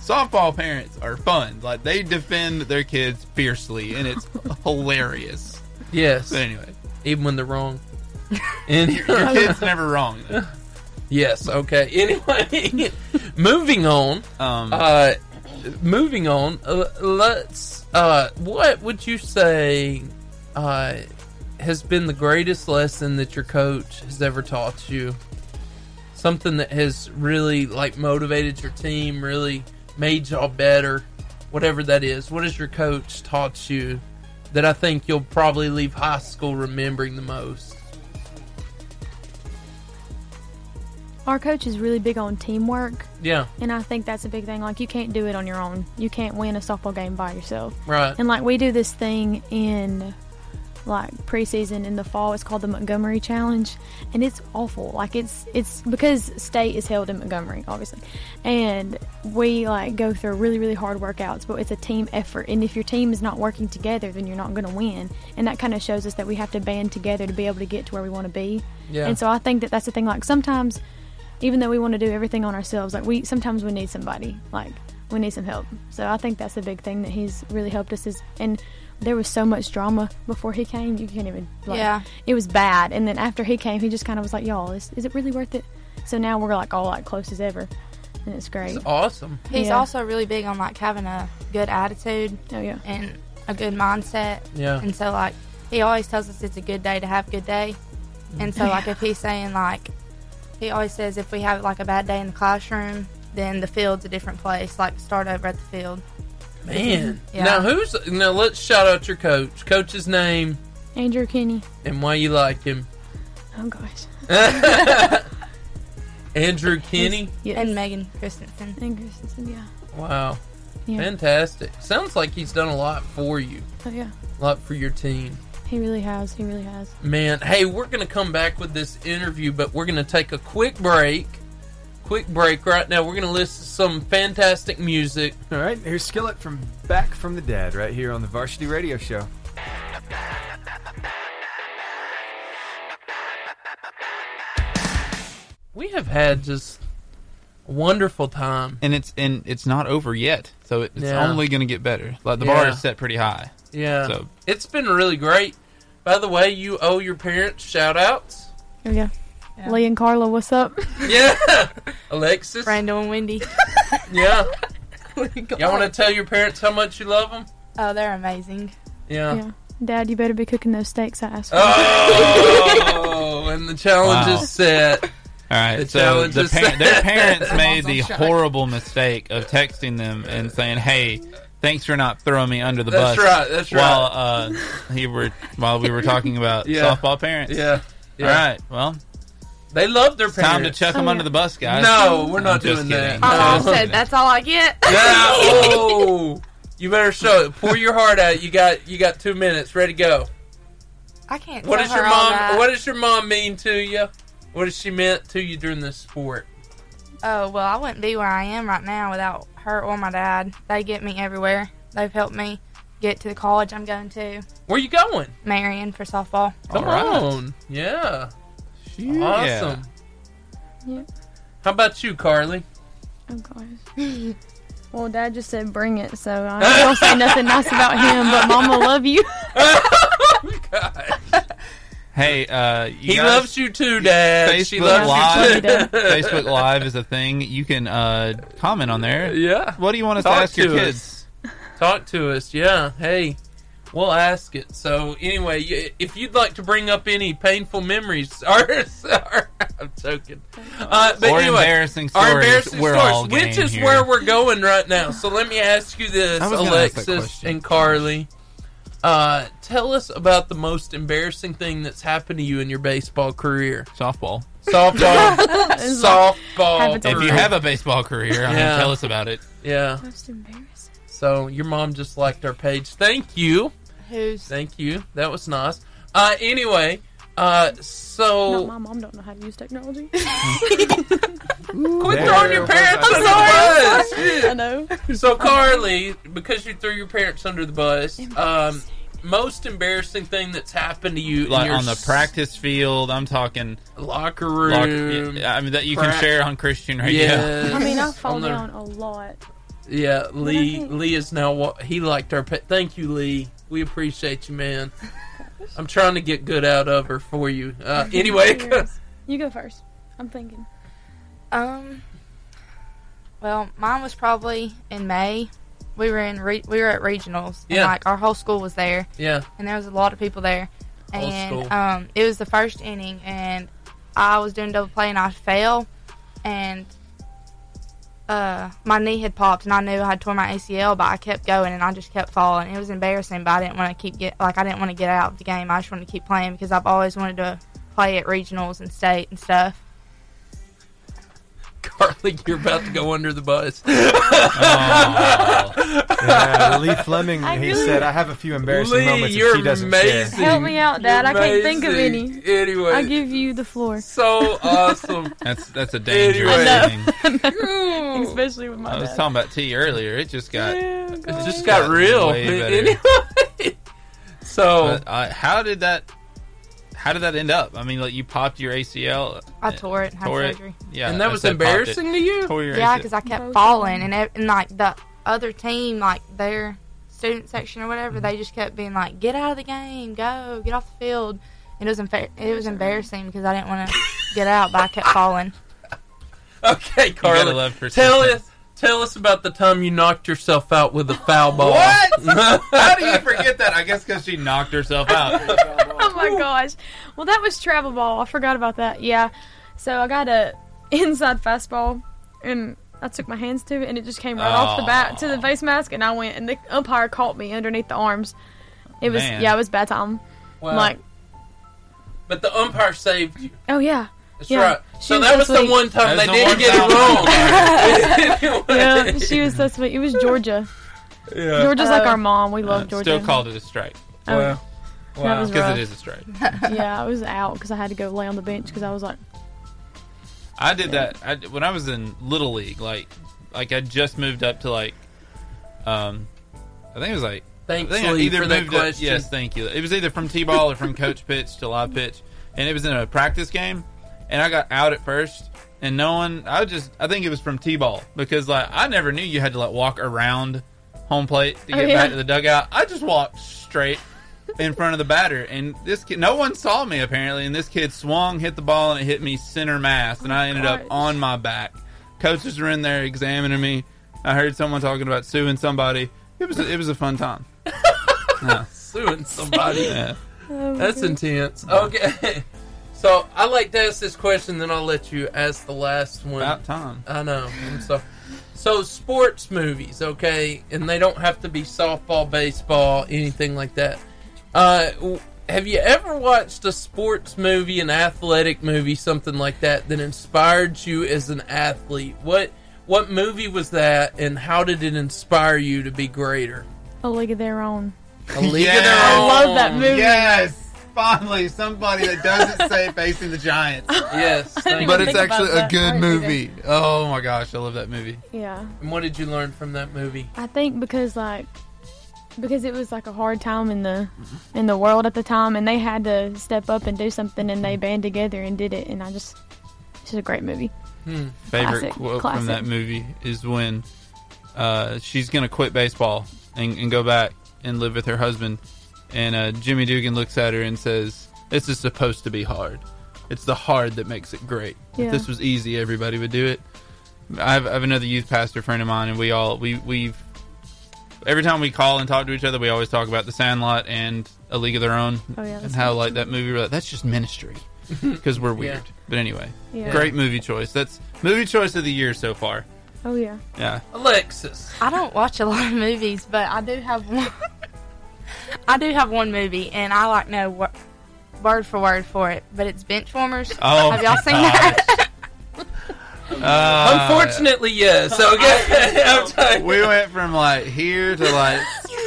Speaker 4: softball parents are fun like they defend their kids fiercely and it's hilarious
Speaker 1: yes,
Speaker 4: but anyway
Speaker 1: even when they're wrong. (laughs) And
Speaker 4: your kid's never wrong
Speaker 1: (laughs) yes, okay. Anyway, (laughs) moving on.
Speaker 4: um
Speaker 1: Uh, moving on. Uh, let's. Uh, what would you say uh, has been the greatest lesson that your coach has ever taught you? Something that has really like motivated your team, really made y'all better, whatever that is. What has your coach taught you that I think you'll probably leave high school remembering the most?
Speaker 8: Our coach is really big on teamwork,
Speaker 1: Yeah,
Speaker 8: and I think that's a big thing. Like, you can't do it on your own. You can't win a softball game by yourself.
Speaker 1: right.
Speaker 8: And like, we do this thing in like preseason in the fall. It's called the Montgomery Challenge, and it's awful. Like, it's it's because state is held in Montgomery, obviously, and we like go through really really hard workouts. But it's a team effort, and if your team is not working together, then you're not going to win. And that kind of shows us that we have to band together to be able to get to where we want to be.
Speaker 1: Yeah.
Speaker 8: And so I think that that's the thing. Like sometimes, even though we want to do everything on ourselves, like we sometimes we need somebody. Like we need some help. So I think that's a big thing that he's really helped us is and there was so much drama before he came. You can't even like,
Speaker 7: Yeah.
Speaker 8: It was bad, and then after he came, he just kind of was like, "Y'all, is, is it really worth it?" So now we're like all like close as ever, and it's great.
Speaker 1: It's awesome.
Speaker 7: He's
Speaker 8: Yeah.
Speaker 7: also really big on like having a good attitude
Speaker 8: Oh yeah,
Speaker 7: and a good mindset.
Speaker 1: Yeah.
Speaker 7: And so like he always tells us it's a good day to have a good day.
Speaker 8: (laughs)
Speaker 7: And so like if he's saying like he always says if we have like a bad day in the classroom, then the field's a different place. Like start over at the field.
Speaker 1: Man.
Speaker 7: Yeah.
Speaker 1: Now who's now let's shout out your coach. Coach's name
Speaker 8: Andrew Kenny.
Speaker 1: and why you like him.
Speaker 8: Oh gosh,
Speaker 1: Andrew Kenny.
Speaker 8: yes.
Speaker 7: And Megan Christensen.
Speaker 8: And Christensen, yeah,
Speaker 1: Wow.
Speaker 8: yeah,
Speaker 1: Fantastic. Sounds like he's done a lot for you.
Speaker 8: oh yeah.
Speaker 1: A lot for your team.
Speaker 8: He really has. He really has.
Speaker 1: Man, hey, we're going to come back with this interview, but we're going to take a quick break. Quick break right now. We're going to listen to some fantastic music.
Speaker 2: All right, here's Skillet from Back from the Dead right here on the Varsity Radio Show.
Speaker 1: We have had just a wonderful time.
Speaker 4: and it's and it's not over yet. So it, it's
Speaker 1: Yeah.
Speaker 4: only going to get better. Like the bar
Speaker 1: Yeah.
Speaker 4: is set pretty high.
Speaker 1: Yeah.
Speaker 4: So-
Speaker 1: It's been really great. By the way, you owe your parents shout outs.
Speaker 8: Oh yeah. Lee and Carla, what's up?
Speaker 1: Yeah. Alexis.
Speaker 7: Randall
Speaker 8: (laughs)
Speaker 7: and Wendy.
Speaker 1: Yeah. Y'all want to tell your parents how much you love them?
Speaker 7: Oh, they're amazing.
Speaker 1: Yeah.
Speaker 8: yeah. Dad, you better be cooking those steaks I asked for.
Speaker 1: Oh, and the challenge
Speaker 4: Wow.
Speaker 1: is set.
Speaker 4: All right.
Speaker 1: The
Speaker 4: so
Speaker 1: challenge
Speaker 4: the
Speaker 1: is
Speaker 4: par-
Speaker 1: set. (laughs)
Speaker 4: their parents made
Speaker 1: on
Speaker 4: the
Speaker 1: shot.
Speaker 4: horrible mistake of texting them and saying, "Hey, thanks for not throwing me under the
Speaker 1: That's
Speaker 4: bus."
Speaker 1: right. That's right.
Speaker 4: While uh, he were while we were talking
Speaker 1: (laughs)
Speaker 4: about
Speaker 1: Yeah.
Speaker 4: softball parents.
Speaker 1: yeah. yeah.
Speaker 4: All right. Well,
Speaker 1: They love their parents.
Speaker 4: time to chuck them
Speaker 8: Oh,
Speaker 4: under
Speaker 8: yeah.
Speaker 4: the bus, guys.
Speaker 1: No, we're not
Speaker 4: I'm just
Speaker 1: doing
Speaker 4: kidding.
Speaker 1: that.
Speaker 7: Oh,
Speaker 1: No.
Speaker 7: said that's all I get.
Speaker 1: No. You better show it. Pour your heart out. You got you got two minutes. Ready to go.
Speaker 7: I can't.
Speaker 1: What
Speaker 7: tell
Speaker 1: does
Speaker 7: her
Speaker 1: your
Speaker 7: all
Speaker 1: mom
Speaker 7: that.
Speaker 1: what does your mom mean to you? What has she meant to you during this sport?
Speaker 7: Oh, well, I wouldn't be where I am right now without her or my dad. They get me everywhere. They've helped me get to the college I'm going to,
Speaker 1: Where you going?
Speaker 7: Marion, for softball.
Speaker 1: Come
Speaker 4: All right.
Speaker 1: on. Yeah.
Speaker 4: Yeah.
Speaker 1: Awesome.
Speaker 8: Yeah.
Speaker 1: How about you, Carly?
Speaker 8: Oh gosh. (laughs) Well, Dad just said bring it, so I (laughs) won't say nothing nice about him. But Mama, love you.
Speaker 1: God.
Speaker 4: Hey, uh, you
Speaker 1: He
Speaker 4: guys-
Speaker 1: loves you too, Dad. she
Speaker 4: Facebook
Speaker 1: loves
Speaker 4: Live.
Speaker 1: you too.
Speaker 4: (laughs)
Speaker 1: (laughs)
Speaker 4: Facebook Live is a thing. You can uh, comment on there.
Speaker 1: Yeah.
Speaker 4: What do you want us
Speaker 1: Talk
Speaker 4: to ask your
Speaker 1: to us.
Speaker 4: kids?
Speaker 1: talk to us. Yeah, hey, we'll ask it. So anyway, y- if you'd like to bring up any painful memories, (laughs) or, or I'm joking, uh, but
Speaker 4: or
Speaker 1: anyway,
Speaker 4: embarrassing stories.
Speaker 1: our embarrassing
Speaker 4: we're all
Speaker 1: stories, which
Speaker 4: game
Speaker 1: is
Speaker 4: here.
Speaker 1: where we're going right now. So let me ask you this,
Speaker 4: I was gonna ask that
Speaker 1: Alexis
Speaker 4: question.
Speaker 1: and Carly. Uh, tell us about the most embarrassing thing that's happened to you in your baseball
Speaker 8: (laughs)
Speaker 1: career.
Speaker 4: softball.
Speaker 1: Softball,
Speaker 8: It's like-
Speaker 1: softball.
Speaker 8: Happens
Speaker 4: If
Speaker 8: every-
Speaker 1: career.
Speaker 4: you have a baseball career, I mean,
Speaker 1: Yeah.
Speaker 4: tell us about it.
Speaker 1: yeah.
Speaker 8: (laughs) Most embarrassing.
Speaker 1: So your mom just liked our page. Thank you.
Speaker 7: Who's
Speaker 1: Thank you. That was nice. Uh, anyway, uh,
Speaker 8: Not
Speaker 1: so
Speaker 8: my mom don't know how to
Speaker 1: (laughs)
Speaker 8: use technology.
Speaker 1: quit
Speaker 2: There
Speaker 1: throwing your
Speaker 2: was
Speaker 1: parents
Speaker 2: a-
Speaker 1: under the
Speaker 8: I know.
Speaker 1: bus. (laughs) So Carly, because you threw your parents under the bus, um, most embarrassing thing that's happened to you in
Speaker 4: Like
Speaker 1: your
Speaker 4: on the
Speaker 1: s-
Speaker 4: practice field, I'm talking.
Speaker 1: locker
Speaker 4: Lock,
Speaker 1: room.
Speaker 4: yeah, I mean that you
Speaker 1: Prac-
Speaker 4: can share on Christian radio. (laughs)
Speaker 1: Yes.
Speaker 8: I mean, I
Speaker 1: On
Speaker 8: fall
Speaker 1: the-
Speaker 8: down a lot.
Speaker 1: Yeah, Lee.
Speaker 8: think-
Speaker 1: Lee is now. wa- He liked our pet. Thank you, Lee. We appreciate you,
Speaker 8: (laughs)
Speaker 1: man. I'm trying to get good out of her for you. Uh, anyway,
Speaker 8: you go first. I'm thinking.
Speaker 7: um? Well, mine was probably in May. We were in re- we were at regionals, and
Speaker 1: Yeah.
Speaker 7: like our whole school was there,
Speaker 1: (laughs) yeah,
Speaker 7: and there was a lot of people there.
Speaker 1: Whole
Speaker 7: and
Speaker 1: school.
Speaker 7: um, it was the first inning, and I was doing double play, and I fell, and uh, my knee had popped, and I knew I had tore my ACL, but I kept going, and I just kept falling. It was embarrassing, but I didn't want to keep get like I didn't want to get out of the game. I just wanted to keep playing because I've always wanted to play at regionals and state and stuff.
Speaker 1: Carly, you're about to go under the bus.
Speaker 4: Oh.
Speaker 2: Yeah, Lee Fleming,
Speaker 8: I
Speaker 2: he
Speaker 8: really-
Speaker 2: said, I have a few embarrassing
Speaker 1: Lee,
Speaker 2: moments
Speaker 1: you're
Speaker 2: that she doesn't
Speaker 1: amazing.
Speaker 2: share.
Speaker 8: Help me out, Dad. I can't think of
Speaker 1: Amazing.
Speaker 8: any.
Speaker 1: Anyway,
Speaker 8: I give you the floor, (laughs)
Speaker 1: so awesome.
Speaker 4: That's that's a dangerous
Speaker 1: (laughs) Anyway. I (laughs)
Speaker 4: thing.
Speaker 8: especially with my
Speaker 4: I was
Speaker 8: dad.
Speaker 4: talking about tea earlier. It just got.
Speaker 8: Oh,
Speaker 1: It
Speaker 8: gosh.
Speaker 1: just got
Speaker 4: Gotten
Speaker 1: real.
Speaker 4: way better.
Speaker 1: Anyway, (laughs) so
Speaker 4: but, uh, how did that? how did that end up? I mean, like you popped your ACL.
Speaker 7: I tore it. Had
Speaker 4: Tore it.
Speaker 7: surgery.
Speaker 4: Yeah,
Speaker 1: and that
Speaker 4: I
Speaker 1: was
Speaker 4: said popped it.
Speaker 1: embarrassing to you.
Speaker 4: Tore your
Speaker 7: Yeah,
Speaker 4: ACL.
Speaker 7: because I kept
Speaker 8: Broken.
Speaker 7: falling, and, ev- and like the other team, like their student section or whatever, they just kept being like, "Get out of the game, go, get off the field." And it was unfair. It was embarrassing because I didn't want to get out, but I kept falling.
Speaker 1: Okay, Carla.
Speaker 4: love persistence.
Speaker 1: tell us tell us about the time you knocked yourself out with a foul ball.
Speaker 4: What? (laughs) How do you forget that? I guess because she knocked herself out.
Speaker 8: oh my gosh. Well, that was travel ball. I forgot about that. Yeah. So I got a (laughs) inside fastball, and I took my hands to it, and it just came right off the bat to the
Speaker 4: Oh.
Speaker 8: face mask, and I went, and the umpire caught me underneath the arms. It was
Speaker 4: Man.
Speaker 8: yeah, it was bad time.
Speaker 1: Wow.
Speaker 8: I'm like,
Speaker 1: but the umpire saved you.
Speaker 4: (laughs)
Speaker 8: oh yeah,
Speaker 1: That's
Speaker 8: Yeah,
Speaker 1: right.
Speaker 8: she
Speaker 1: So
Speaker 8: was
Speaker 1: that
Speaker 8: so
Speaker 1: was the
Speaker 8: sweet.
Speaker 1: one time
Speaker 4: That's
Speaker 1: they
Speaker 4: the one
Speaker 1: didn't get
Speaker 4: time.
Speaker 1: (laughs)
Speaker 4: (laughs)
Speaker 1: it wrong.
Speaker 8: yeah. she was so sweet. It was Georgia.
Speaker 1: Yeah.
Speaker 8: Georgia's like
Speaker 7: Oh.
Speaker 8: our mom. We love
Speaker 4: Uh,
Speaker 8: Georgia.
Speaker 4: Still called it a strike
Speaker 8: Oh,
Speaker 1: Wow.
Speaker 8: that was
Speaker 4: because
Speaker 8: rough.
Speaker 4: it is a strike.
Speaker 8: (laughs) yeah, I was out because I had to go lay on the bench because I was like,
Speaker 4: I did that I, when I was in little league. Like, like I just moved up to like, um, I think it was like I
Speaker 1: Thanks,
Speaker 4: think I
Speaker 1: Lee,
Speaker 4: either
Speaker 1: for that
Speaker 4: moved up-
Speaker 1: question.
Speaker 4: yes, thank you. It was either from T-ball or from coach pitch to live pitch, and it was in a practice game, and I got out at first, and no one. I just I think it was from T-ball because like I never knew you had to like walk around home plate to
Speaker 8: Oh,
Speaker 4: get
Speaker 8: yeah.
Speaker 4: back to the dugout. I just walked straight. In front of the batter, and this kid, no one saw me apparently. And this kid swung, hit the ball, and it hit me center mass, and I ended up
Speaker 8: Oh, gosh.
Speaker 4: on my back. Coaches were in there examining me. I heard someone talking about suing somebody. It was a, it was a fun time.
Speaker 1: (laughs) Suing somebody.
Speaker 4: (laughs) Yeah.
Speaker 8: oh,
Speaker 1: That's
Speaker 8: goodness.
Speaker 1: intense. Okay. (laughs) So I like to ask this question, then I'll let you ask the last one.
Speaker 4: About time.
Speaker 1: I know. I'm so so sports movies, okay, and they don't have to be softball, baseball, anything like that. Uh, w- have you ever watched a sports movie, an athletic movie, something like that that inspired you as an athlete? What what movie was that, and how did it inspire you to be
Speaker 4: (laughs)
Speaker 1: greater?
Speaker 8: a league of their own.
Speaker 1: A League of
Speaker 4: Yes.
Speaker 1: Their
Speaker 4: I
Speaker 8: love that
Speaker 1: Own.
Speaker 8: movie.
Speaker 4: Yes, finally somebody that
Speaker 8: (laughs)
Speaker 4: doesn't say facing the Giants,
Speaker 1: Yes, thank
Speaker 4: but
Speaker 1: you.
Speaker 4: it's
Speaker 8: Think about
Speaker 4: actually a
Speaker 8: that.
Speaker 4: good
Speaker 8: I didn't either.
Speaker 4: movie. Oh my gosh, I love that movie.
Speaker 8: Yeah.
Speaker 1: And what did you learn from that movie?
Speaker 8: I think because like because it was like a hard time in the
Speaker 4: Mm-hmm.
Speaker 8: in the world at the time and they had to step up and do something and they
Speaker 4: Mm-hmm.
Speaker 8: band together and did it and I just it's just a great movie.
Speaker 4: Favorite
Speaker 8: Classic,
Speaker 4: quote
Speaker 8: classic.
Speaker 4: from that movie is when uh, she's gonna quit baseball and, and go back and live with her husband, and uh, Jimmy Dugan looks at her and says, "This is supposed to be hard. It's the hard that makes it great.
Speaker 8: Yeah.
Speaker 4: If this was easy, everybody would do it." I have, I have another youth pastor friend of mine, and we all we we've every time we call and talk to each other, we always talk about The Sandlot and A League of Their Own,
Speaker 8: Oh, yeah,
Speaker 4: and
Speaker 8: that's
Speaker 4: how like that movie. We're like, that's just ministry because we're weird. But anyway,
Speaker 8: Yeah.
Speaker 4: great movie choice. That's movie choice of the year so far.
Speaker 8: Oh yeah.
Speaker 4: Yeah,
Speaker 1: Alexis.
Speaker 7: I don't watch a lot of movies, but I do have one. (laughs) I do have one movie, and I like know wor- word for word for it, but it's Benchwarmers.
Speaker 4: Oh,
Speaker 7: have y'all
Speaker 4: (laughs)
Speaker 7: seen
Speaker 4: gosh.
Speaker 7: that? (laughs)
Speaker 4: uh,
Speaker 1: Unfortunately, yes.
Speaker 8: (laughs)
Speaker 1: Okay, (laughs) I'm sorry.
Speaker 4: we went from like here to
Speaker 7: (laughs)
Speaker 4: like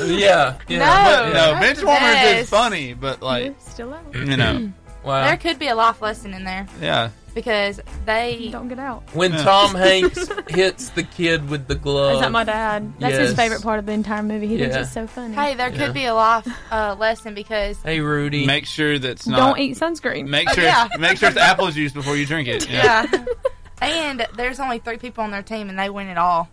Speaker 1: Yeah, yeah.
Speaker 4: but,
Speaker 7: No,
Speaker 4: no.
Speaker 7: that's the
Speaker 4: Benchwarmers is
Speaker 7: best.
Speaker 4: funny, but like
Speaker 8: You're still out.
Speaker 4: you
Speaker 7: (clears throat)
Speaker 4: know,
Speaker 1: Wow.
Speaker 7: There could be a life lesson in there
Speaker 4: yeah.
Speaker 7: because they
Speaker 8: Don't get out.
Speaker 1: When
Speaker 4: Yeah. (laughs)
Speaker 1: Tom Hanks hits the kid with the
Speaker 4: Uh,
Speaker 1: glove.
Speaker 8: Is that my dad? That's
Speaker 1: yes.
Speaker 8: his favorite part of the entire movie. He thinks
Speaker 1: Yeah.
Speaker 8: it's so funny.
Speaker 7: Hey, there
Speaker 1: Yeah.
Speaker 7: could be a life uh, lesson because
Speaker 1: hey, Rudy.
Speaker 4: Make sure that's not.
Speaker 8: don't eat sunscreen.
Speaker 4: Make
Speaker 7: Oh,
Speaker 4: sure,
Speaker 7: yeah.
Speaker 4: make sure it's apple juice before you drink it. Yeah,
Speaker 7: yeah. (laughs) and there's only three people on their team and they win it all.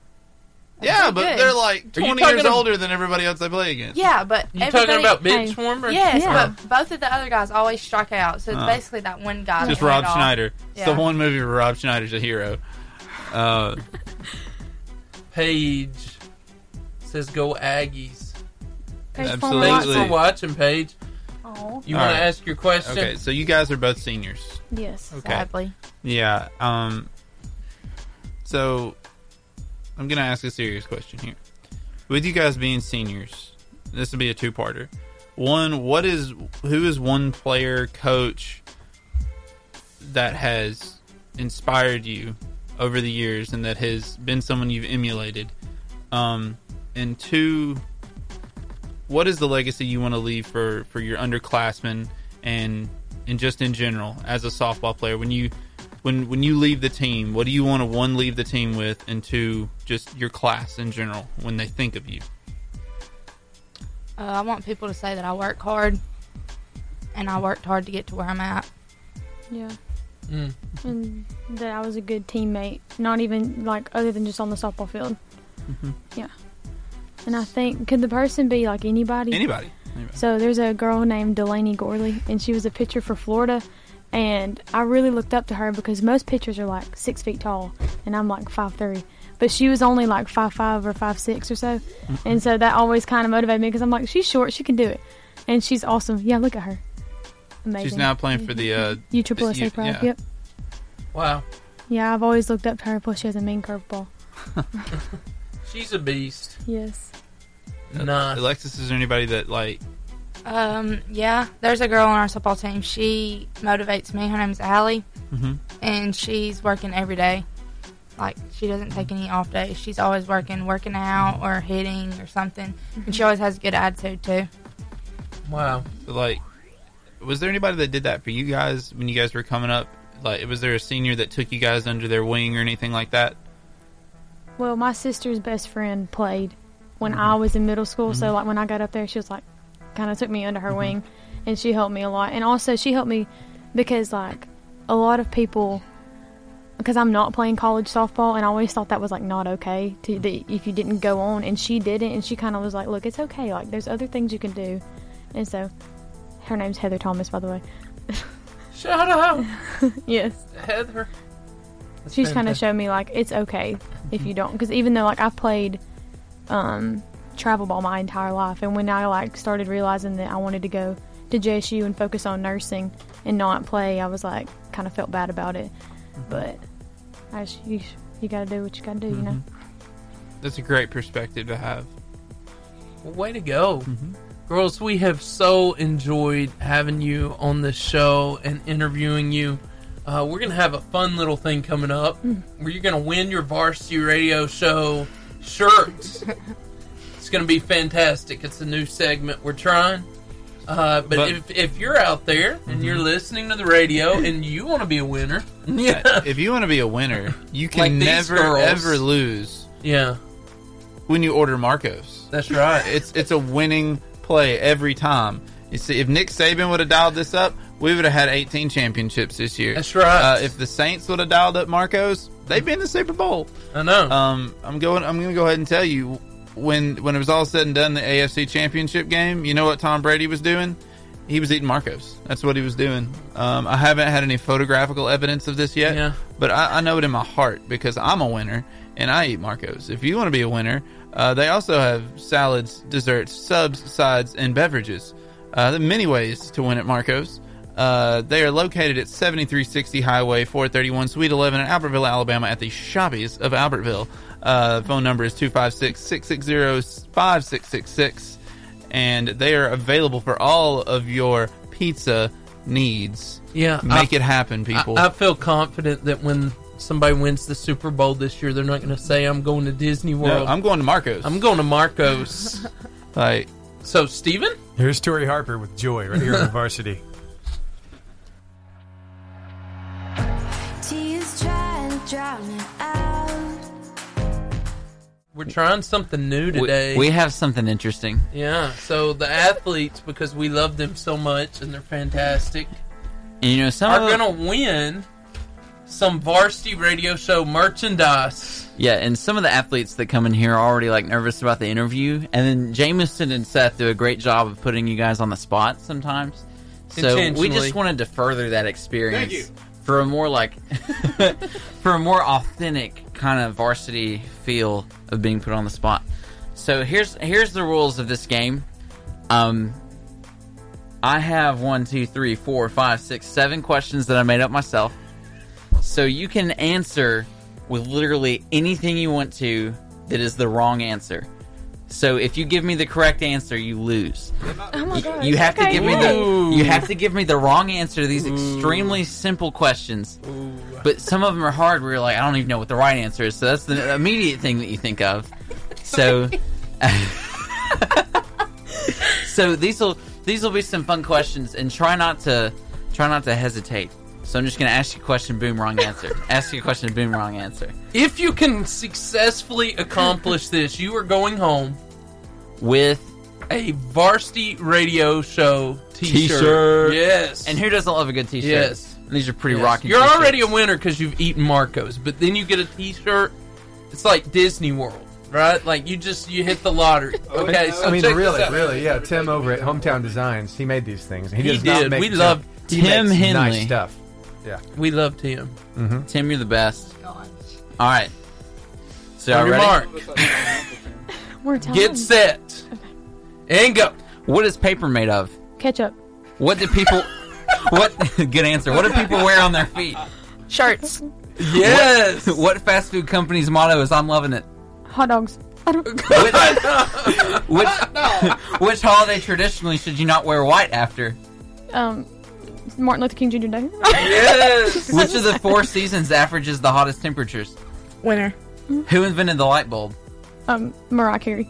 Speaker 4: Yeah,
Speaker 7: That's
Speaker 4: but
Speaker 7: good.
Speaker 4: they're like
Speaker 1: Are you
Speaker 4: 20 years
Speaker 1: talking ab-
Speaker 4: older than everybody else they play against.
Speaker 7: Yeah, but
Speaker 1: you talking
Speaker 7: everybody-
Speaker 1: about
Speaker 8: Hey.
Speaker 1: bitch warmer?
Speaker 7: Yes,
Speaker 8: Yeah.
Speaker 7: but both of the other guys always struck out. So it's
Speaker 4: Oh.
Speaker 7: basically that one guy.
Speaker 4: just
Speaker 7: that won it
Speaker 4: Rob
Speaker 7: all.
Speaker 4: Schneider. It's the
Speaker 7: Yeah.
Speaker 4: one movie where Rob Schneider's a hero. Uh,
Speaker 1: Paige says go Aggies.
Speaker 8: Page
Speaker 4: absolutely.
Speaker 8: form
Speaker 1: Thanks
Speaker 8: lots
Speaker 1: for
Speaker 8: of-
Speaker 1: watching, Paige.
Speaker 8: Aw.
Speaker 1: You
Speaker 4: All
Speaker 1: want
Speaker 4: right.
Speaker 1: to ask your question?
Speaker 4: okay, so you guys are both seniors.
Speaker 8: Yes.
Speaker 4: Okay.
Speaker 7: Sadly.
Speaker 4: Yeah. Um. So, I'm gonna ask a serious question here. With you guys being seniors, this will be a two-parter. One, what is who is one player coach that has inspired you over the years and that has been someone you've emulated? Um, and two, what is the legacy you want to leave for for your underclassmen and and just in general as a softball player when you when when you leave the team what do you want to one leave the team with and two just your class in general when they think of you
Speaker 7: Uh, I want people to say that I work hard and I worked hard to get to where I'm at.
Speaker 8: Yeah.
Speaker 1: Mm.
Speaker 8: And that I was a good teammate, not even like other than just on the softball field.
Speaker 4: Mm-hmm.
Speaker 8: Yeah. And I think could the person be like anybody?
Speaker 4: Anybody. Anybody.
Speaker 8: So there's a girl named Delaney Gorley, and she was a pitcher for Florida. And I really looked up to her because most pitchers are like six feet tall, and I'm like five three. But she was only like five five or five six or so,
Speaker 4: Mm-hmm.
Speaker 8: and so that always kind of motivated me because I'm like, she's short, she can do it, and she's awesome. Yeah, look at her, amazing.
Speaker 4: She's now playing for the uh,
Speaker 8: U Triple
Speaker 4: the
Speaker 8: S
Speaker 4: U-
Speaker 8: A Pride.
Speaker 4: yeah.
Speaker 8: Yep.
Speaker 1: Wow.
Speaker 8: Yeah, I've always looked up to her. Plus, she has a mean curveball.
Speaker 1: She's a beast.
Speaker 8: Yes.
Speaker 1: Nice.
Speaker 4: uh, Alexis, is there anybody that like?
Speaker 7: Um, yeah, there's a girl on our softball team. She motivates me. Her name's Allie,
Speaker 1: Mm-hmm.
Speaker 4: Mhm.
Speaker 7: and she's working every day. Like she doesn't take any off days. She's always working, working out or hitting or something. And she always has a good attitude too.
Speaker 1: Wow.
Speaker 4: like was there anybody that did that for you guys when you guys were coming up like was there a senior that took you guys under their wing or anything like that
Speaker 8: Well, my sister's best friend played when
Speaker 4: Mm-hmm.
Speaker 8: I was in middle school. So, like, when I got up there, she was like, kind of took me
Speaker 4: Mm-hmm.
Speaker 8: under her wing and she helped me a lot. And also, she helped me because, like, a lot of people, because I'm not playing college softball, and I always thought that was, like, not okay to
Speaker 4: Mm-hmm.
Speaker 8: that if you didn't go on. And she didn't. And she kind of was like, look, it's okay. Like, there's other things you can do. And so, her name's Heather Thomas, by the way.
Speaker 1: Shut up,
Speaker 8: Yes.
Speaker 1: Heather. That's
Speaker 8: she's kind of
Speaker 1: fantastic.
Speaker 8: showed me like it's okay if
Speaker 3: Mm-hmm.
Speaker 8: you don't because even though like i've played um travel ball my entire life and when i like started realizing that i wanted to go to jsu and focus on nursing and not play i was like kind of felt bad about it
Speaker 3: Mm-hmm.
Speaker 8: but i just, you, you gotta do what you gotta do you know
Speaker 3: Mm-hmm.
Speaker 4: that's a great perspective to have
Speaker 1: Well, way to go. Girls, we have so enjoyed having you on the show and interviewing you. Uh, we're going to have a fun little thing coming up where you're going to win your varsity radio show (laughs) shirts. it's going to be fantastic. It's a new segment we're trying. Uh, but, Mm-hmm.
Speaker 4: But-
Speaker 1: if, if you're out there and you're listening to the (laughs) radio and you want to be a winner, (laughs) yeah,
Speaker 4: if you want to be a winner you can
Speaker 1: Like these
Speaker 4: never
Speaker 1: girls.
Speaker 4: ever lose
Speaker 1: (laughs) yeah,
Speaker 4: when you order marcos
Speaker 1: that's right.
Speaker 4: it's it's a winning play every time you see if nick saban would have dialed this up we would have had 18 championships this year
Speaker 1: That's right.
Speaker 4: uh, if the saints would have dialed up marcos they'd be in the super bowl
Speaker 1: I know.
Speaker 4: Um, I'm going. I'm going to go ahead and tell you when when it was all said and done, the AFC Championship game. You know what Tom Brady was doing? He was eating Marcos. That's what he was doing. Um, I haven't had any photographical evidence of this yet,
Speaker 1: Yeah.
Speaker 4: but I, I know it in my heart because I'm a winner and I eat Marcos. If you want to be a winner, uh, they also have salads, desserts, subs, sides, and beverages. Uh, there are many ways to win at Marcos. Uh, they are located at 7360 Highway 431 Suite 11 in Albertville, Alabama, at the Shoppies of Albertville. Uh, phone number is 256 660 5666, and they are available for all of your pizza needs.
Speaker 1: yeah, I-
Speaker 4: Make it happen, people.
Speaker 1: I, I feel confident that when somebody wins the Super Bowl this year, they're not going to say, I'm going to Disney
Speaker 4: no,
Speaker 1: World.
Speaker 4: I'm going to Marcos.
Speaker 1: I'm going to Marcos.
Speaker 4: like,
Speaker 1: so, Steven?
Speaker 2: Here's Tori Harper with Joy right here
Speaker 1: (laughs)
Speaker 2: on Varsity.
Speaker 9: Tears trying to drown me out.
Speaker 1: We're trying something new
Speaker 3: We-
Speaker 1: today.
Speaker 3: we have something interesting.
Speaker 1: yeah, so the athletes, because we love them so much and they're fantastic,
Speaker 3: And you know, some
Speaker 1: are
Speaker 3: of
Speaker 1: going to win some varsity radio show merchandise.
Speaker 3: yeah, and some of the athletes that come in here are already like nervous about the interview. And then Jameson and Seth do a great job of putting you guys on the spot sometimes. So we
Speaker 1: Intentionally.
Speaker 3: just wanted to further that experience for a more like (laughs) for a more authentic kind of varsity feel of being put on the spot. So here's here's the rules of this game. Um, I have one, two, three, four, five, six, seven questions that I made up myself. So you can answer with literally anything you want to that is the wrong answer. So if you give me the correct answer, you lose.
Speaker 8: oh my god
Speaker 3: You have to give me
Speaker 1: Ooh.
Speaker 3: the you have to give me the wrong answer to these extremely simple questions. But some of them are hard. Where you're like, I don't even know what the right answer is. So that's the immediate thing that you think of. So, (laughs) so these will these will be some fun questions, and try not to try not to hesitate. So I'm just gonna ask you a question, boom, wrong
Speaker 1: (laughs)
Speaker 3: answer. ask you a question, boom, wrong answer.
Speaker 1: If you
Speaker 3: (laughs)
Speaker 1: can successfully accomplish this, you are going home.
Speaker 3: With
Speaker 1: a varsity radio show t-shirt.
Speaker 3: T-shirt.
Speaker 1: Yes.
Speaker 3: And who doesn't love a good t-shirt?
Speaker 1: Yes.
Speaker 3: And these are pretty
Speaker 1: Yes.
Speaker 3: rocking.
Speaker 1: You're
Speaker 3: t-shirts.
Speaker 1: already a winner because you've eaten Marcos, but then you get a T-shirt. It's like Disney World, right? Like you just you hit the
Speaker 3: (laughs)
Speaker 1: lottery.
Speaker 3: Oh,
Speaker 1: Okay, so
Speaker 2: I mean,
Speaker 1: check
Speaker 2: really,
Speaker 1: this out.
Speaker 2: really, yeah. Tim over at Hometown Designs, he made these things. He,
Speaker 1: He
Speaker 2: does not
Speaker 1: did.
Speaker 2: make
Speaker 1: We
Speaker 2: junk.
Speaker 1: love
Speaker 2: he
Speaker 3: Tim
Speaker 2: makes
Speaker 3: Henley.
Speaker 2: Nice stuff. Yeah.
Speaker 1: We love Tim.
Speaker 3: Tim, you're the best. All right. So
Speaker 1: On
Speaker 3: y'all
Speaker 1: your
Speaker 3: ready?
Speaker 1: mark,
Speaker 8: We're timed.
Speaker 1: get set, and go.
Speaker 3: What is paper made of?
Speaker 8: Ketchup.
Speaker 3: What
Speaker 1: (laughs)
Speaker 3: do people? what? (laughs) Good answer. What do people wear on their feet?
Speaker 7: Shirts.
Speaker 1: Yes.
Speaker 3: What fast food company's motto is "I'm loving it"?
Speaker 8: Hot dogs. I don't,
Speaker 1: (laughs)
Speaker 3: Which, which, (laughs) which holiday traditionally should you not wear white after?
Speaker 8: um, Martin Luther King Jr. Day.
Speaker 3: (laughs)
Speaker 1: Yes.
Speaker 3: Which of the four seasons averages the hottest temperatures?
Speaker 7: Winner.
Speaker 3: Who invented the light bulb?
Speaker 8: Um, Mariah Carey.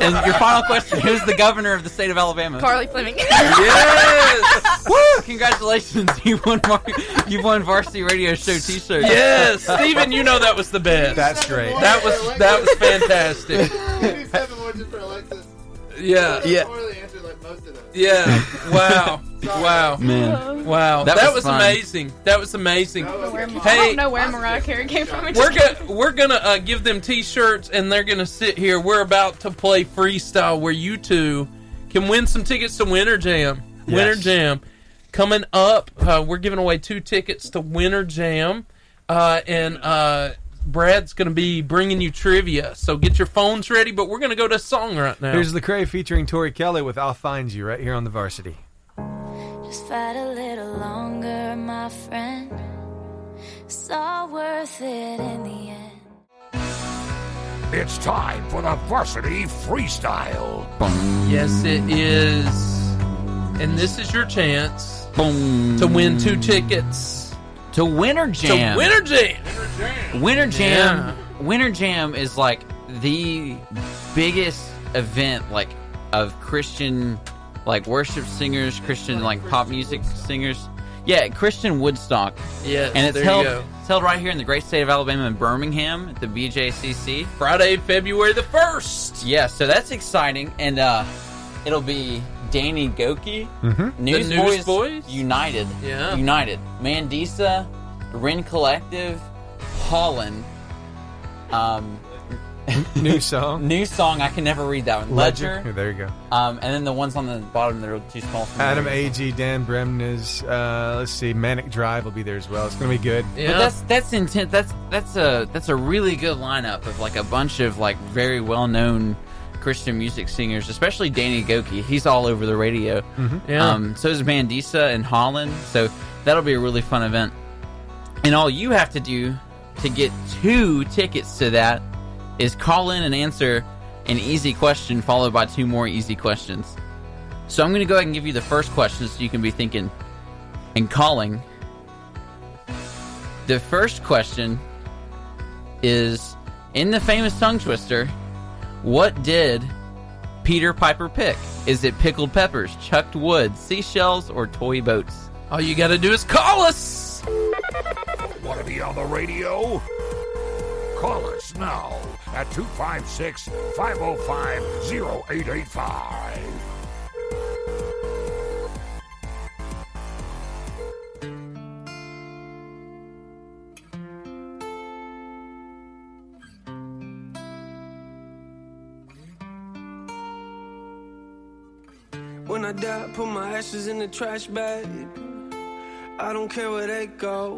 Speaker 3: And your final question: Who's the governor of the state of Alabama?
Speaker 7: (laughs) Carly Fleming.
Speaker 1: Yes.
Speaker 3: Woo! Congratulations, (laughs) you won. Mar- you won varsity radio show
Speaker 1: (laughs)
Speaker 3: T-shirt.
Speaker 1: Yes. Steven, you know that was the best.
Speaker 2: That's great.
Speaker 1: that was that (laughs) was
Speaker 3: (laughs)
Speaker 1: fantastic. Yeah.
Speaker 3: Yeah.
Speaker 1: Yeah. Wow.
Speaker 3: (laughs)
Speaker 1: Wow.
Speaker 3: man.
Speaker 1: Wow.
Speaker 3: That
Speaker 1: That,
Speaker 3: was
Speaker 1: was,
Speaker 3: fun.
Speaker 1: amazing. That was amazing.
Speaker 8: I
Speaker 1: Hey,
Speaker 8: don't know where Mariah Carey came from.
Speaker 1: (laughs)
Speaker 8: It
Speaker 1: we're
Speaker 8: just-
Speaker 1: gonna we're gonna uh, give them T-shirts, and they're gonna sit here. We're about to play freestyle, where you two can win some tickets to Winter Jam. Winter
Speaker 2: Yes.
Speaker 1: Jam coming up. Uh, we're giving away two tickets to Winter Jam, uh, and uh, Brad's gonna be bringing you trivia. So get your phones ready. But we're gonna go to a song right now.
Speaker 2: Here's Lecrae featuring Tori Kelly with "I'll Find You" right here on the Varsity.
Speaker 9: Just fight a little longer, my friend. It's all worth it in the end.
Speaker 5: It's time for the varsity freestyle.
Speaker 1: yes, it is, and this is your chance
Speaker 3: Boom.
Speaker 1: to win two tickets
Speaker 3: To Winter Jam.
Speaker 1: to Winter Jam.
Speaker 3: Winter Jam. Winter Jam is like the biggest event, like of Christian, like worship singers, Christian like pop music singers. Yeah, Christian Woodstock,
Speaker 1: Yes,
Speaker 3: and it's
Speaker 1: there
Speaker 3: held
Speaker 1: you go.
Speaker 3: it's held right here in the great state of Alabama in Birmingham at the BJCC.
Speaker 1: Friday, February the 1st.
Speaker 3: Yeah, so that's exciting, and uh, it'll be Danny Goki,
Speaker 2: Mhm.
Speaker 3: Newsboys
Speaker 1: Newsboys?
Speaker 3: United,
Speaker 1: Yeah.
Speaker 3: United, Mandisa, Ren Collective, Holland. Um,
Speaker 2: (laughs) New song.
Speaker 3: (laughs) new song I can never read that one. Ledger,
Speaker 2: Yeah, There you go.
Speaker 3: um, and then the ones on the bottom that are too small. For me.
Speaker 2: Adam
Speaker 3: but
Speaker 2: Ag, Dan Bremnes. Uh, let's see. Manic Drive will be there as well. It's gonna be good.
Speaker 1: Yeah.
Speaker 3: that's that's intent. That's that's a that's a really good lineup of like a bunch of like very well known Christian music singers, especially Danny Goki. He's all over the radio.
Speaker 1: Mm-hmm. Yeah.
Speaker 3: Um, so is Mandisa and Holland. So that'll be a really fun event. And all you have to do to get two tickets to that is call in and answer an easy question followed by two more easy questions. So I'm going to go ahead and give you the first question so you can be thinking and calling. The first question is in the famous tongue twister, what did Peter Piper pick? Is it pickled peppers, chucked wood, seashells, or toy boats?
Speaker 1: All you gotta do is call us.
Speaker 5: Want to be on the radio? Call us now at 256 505 0885.
Speaker 10: When I die, put my ashes in the trash bag. I don't care where they go.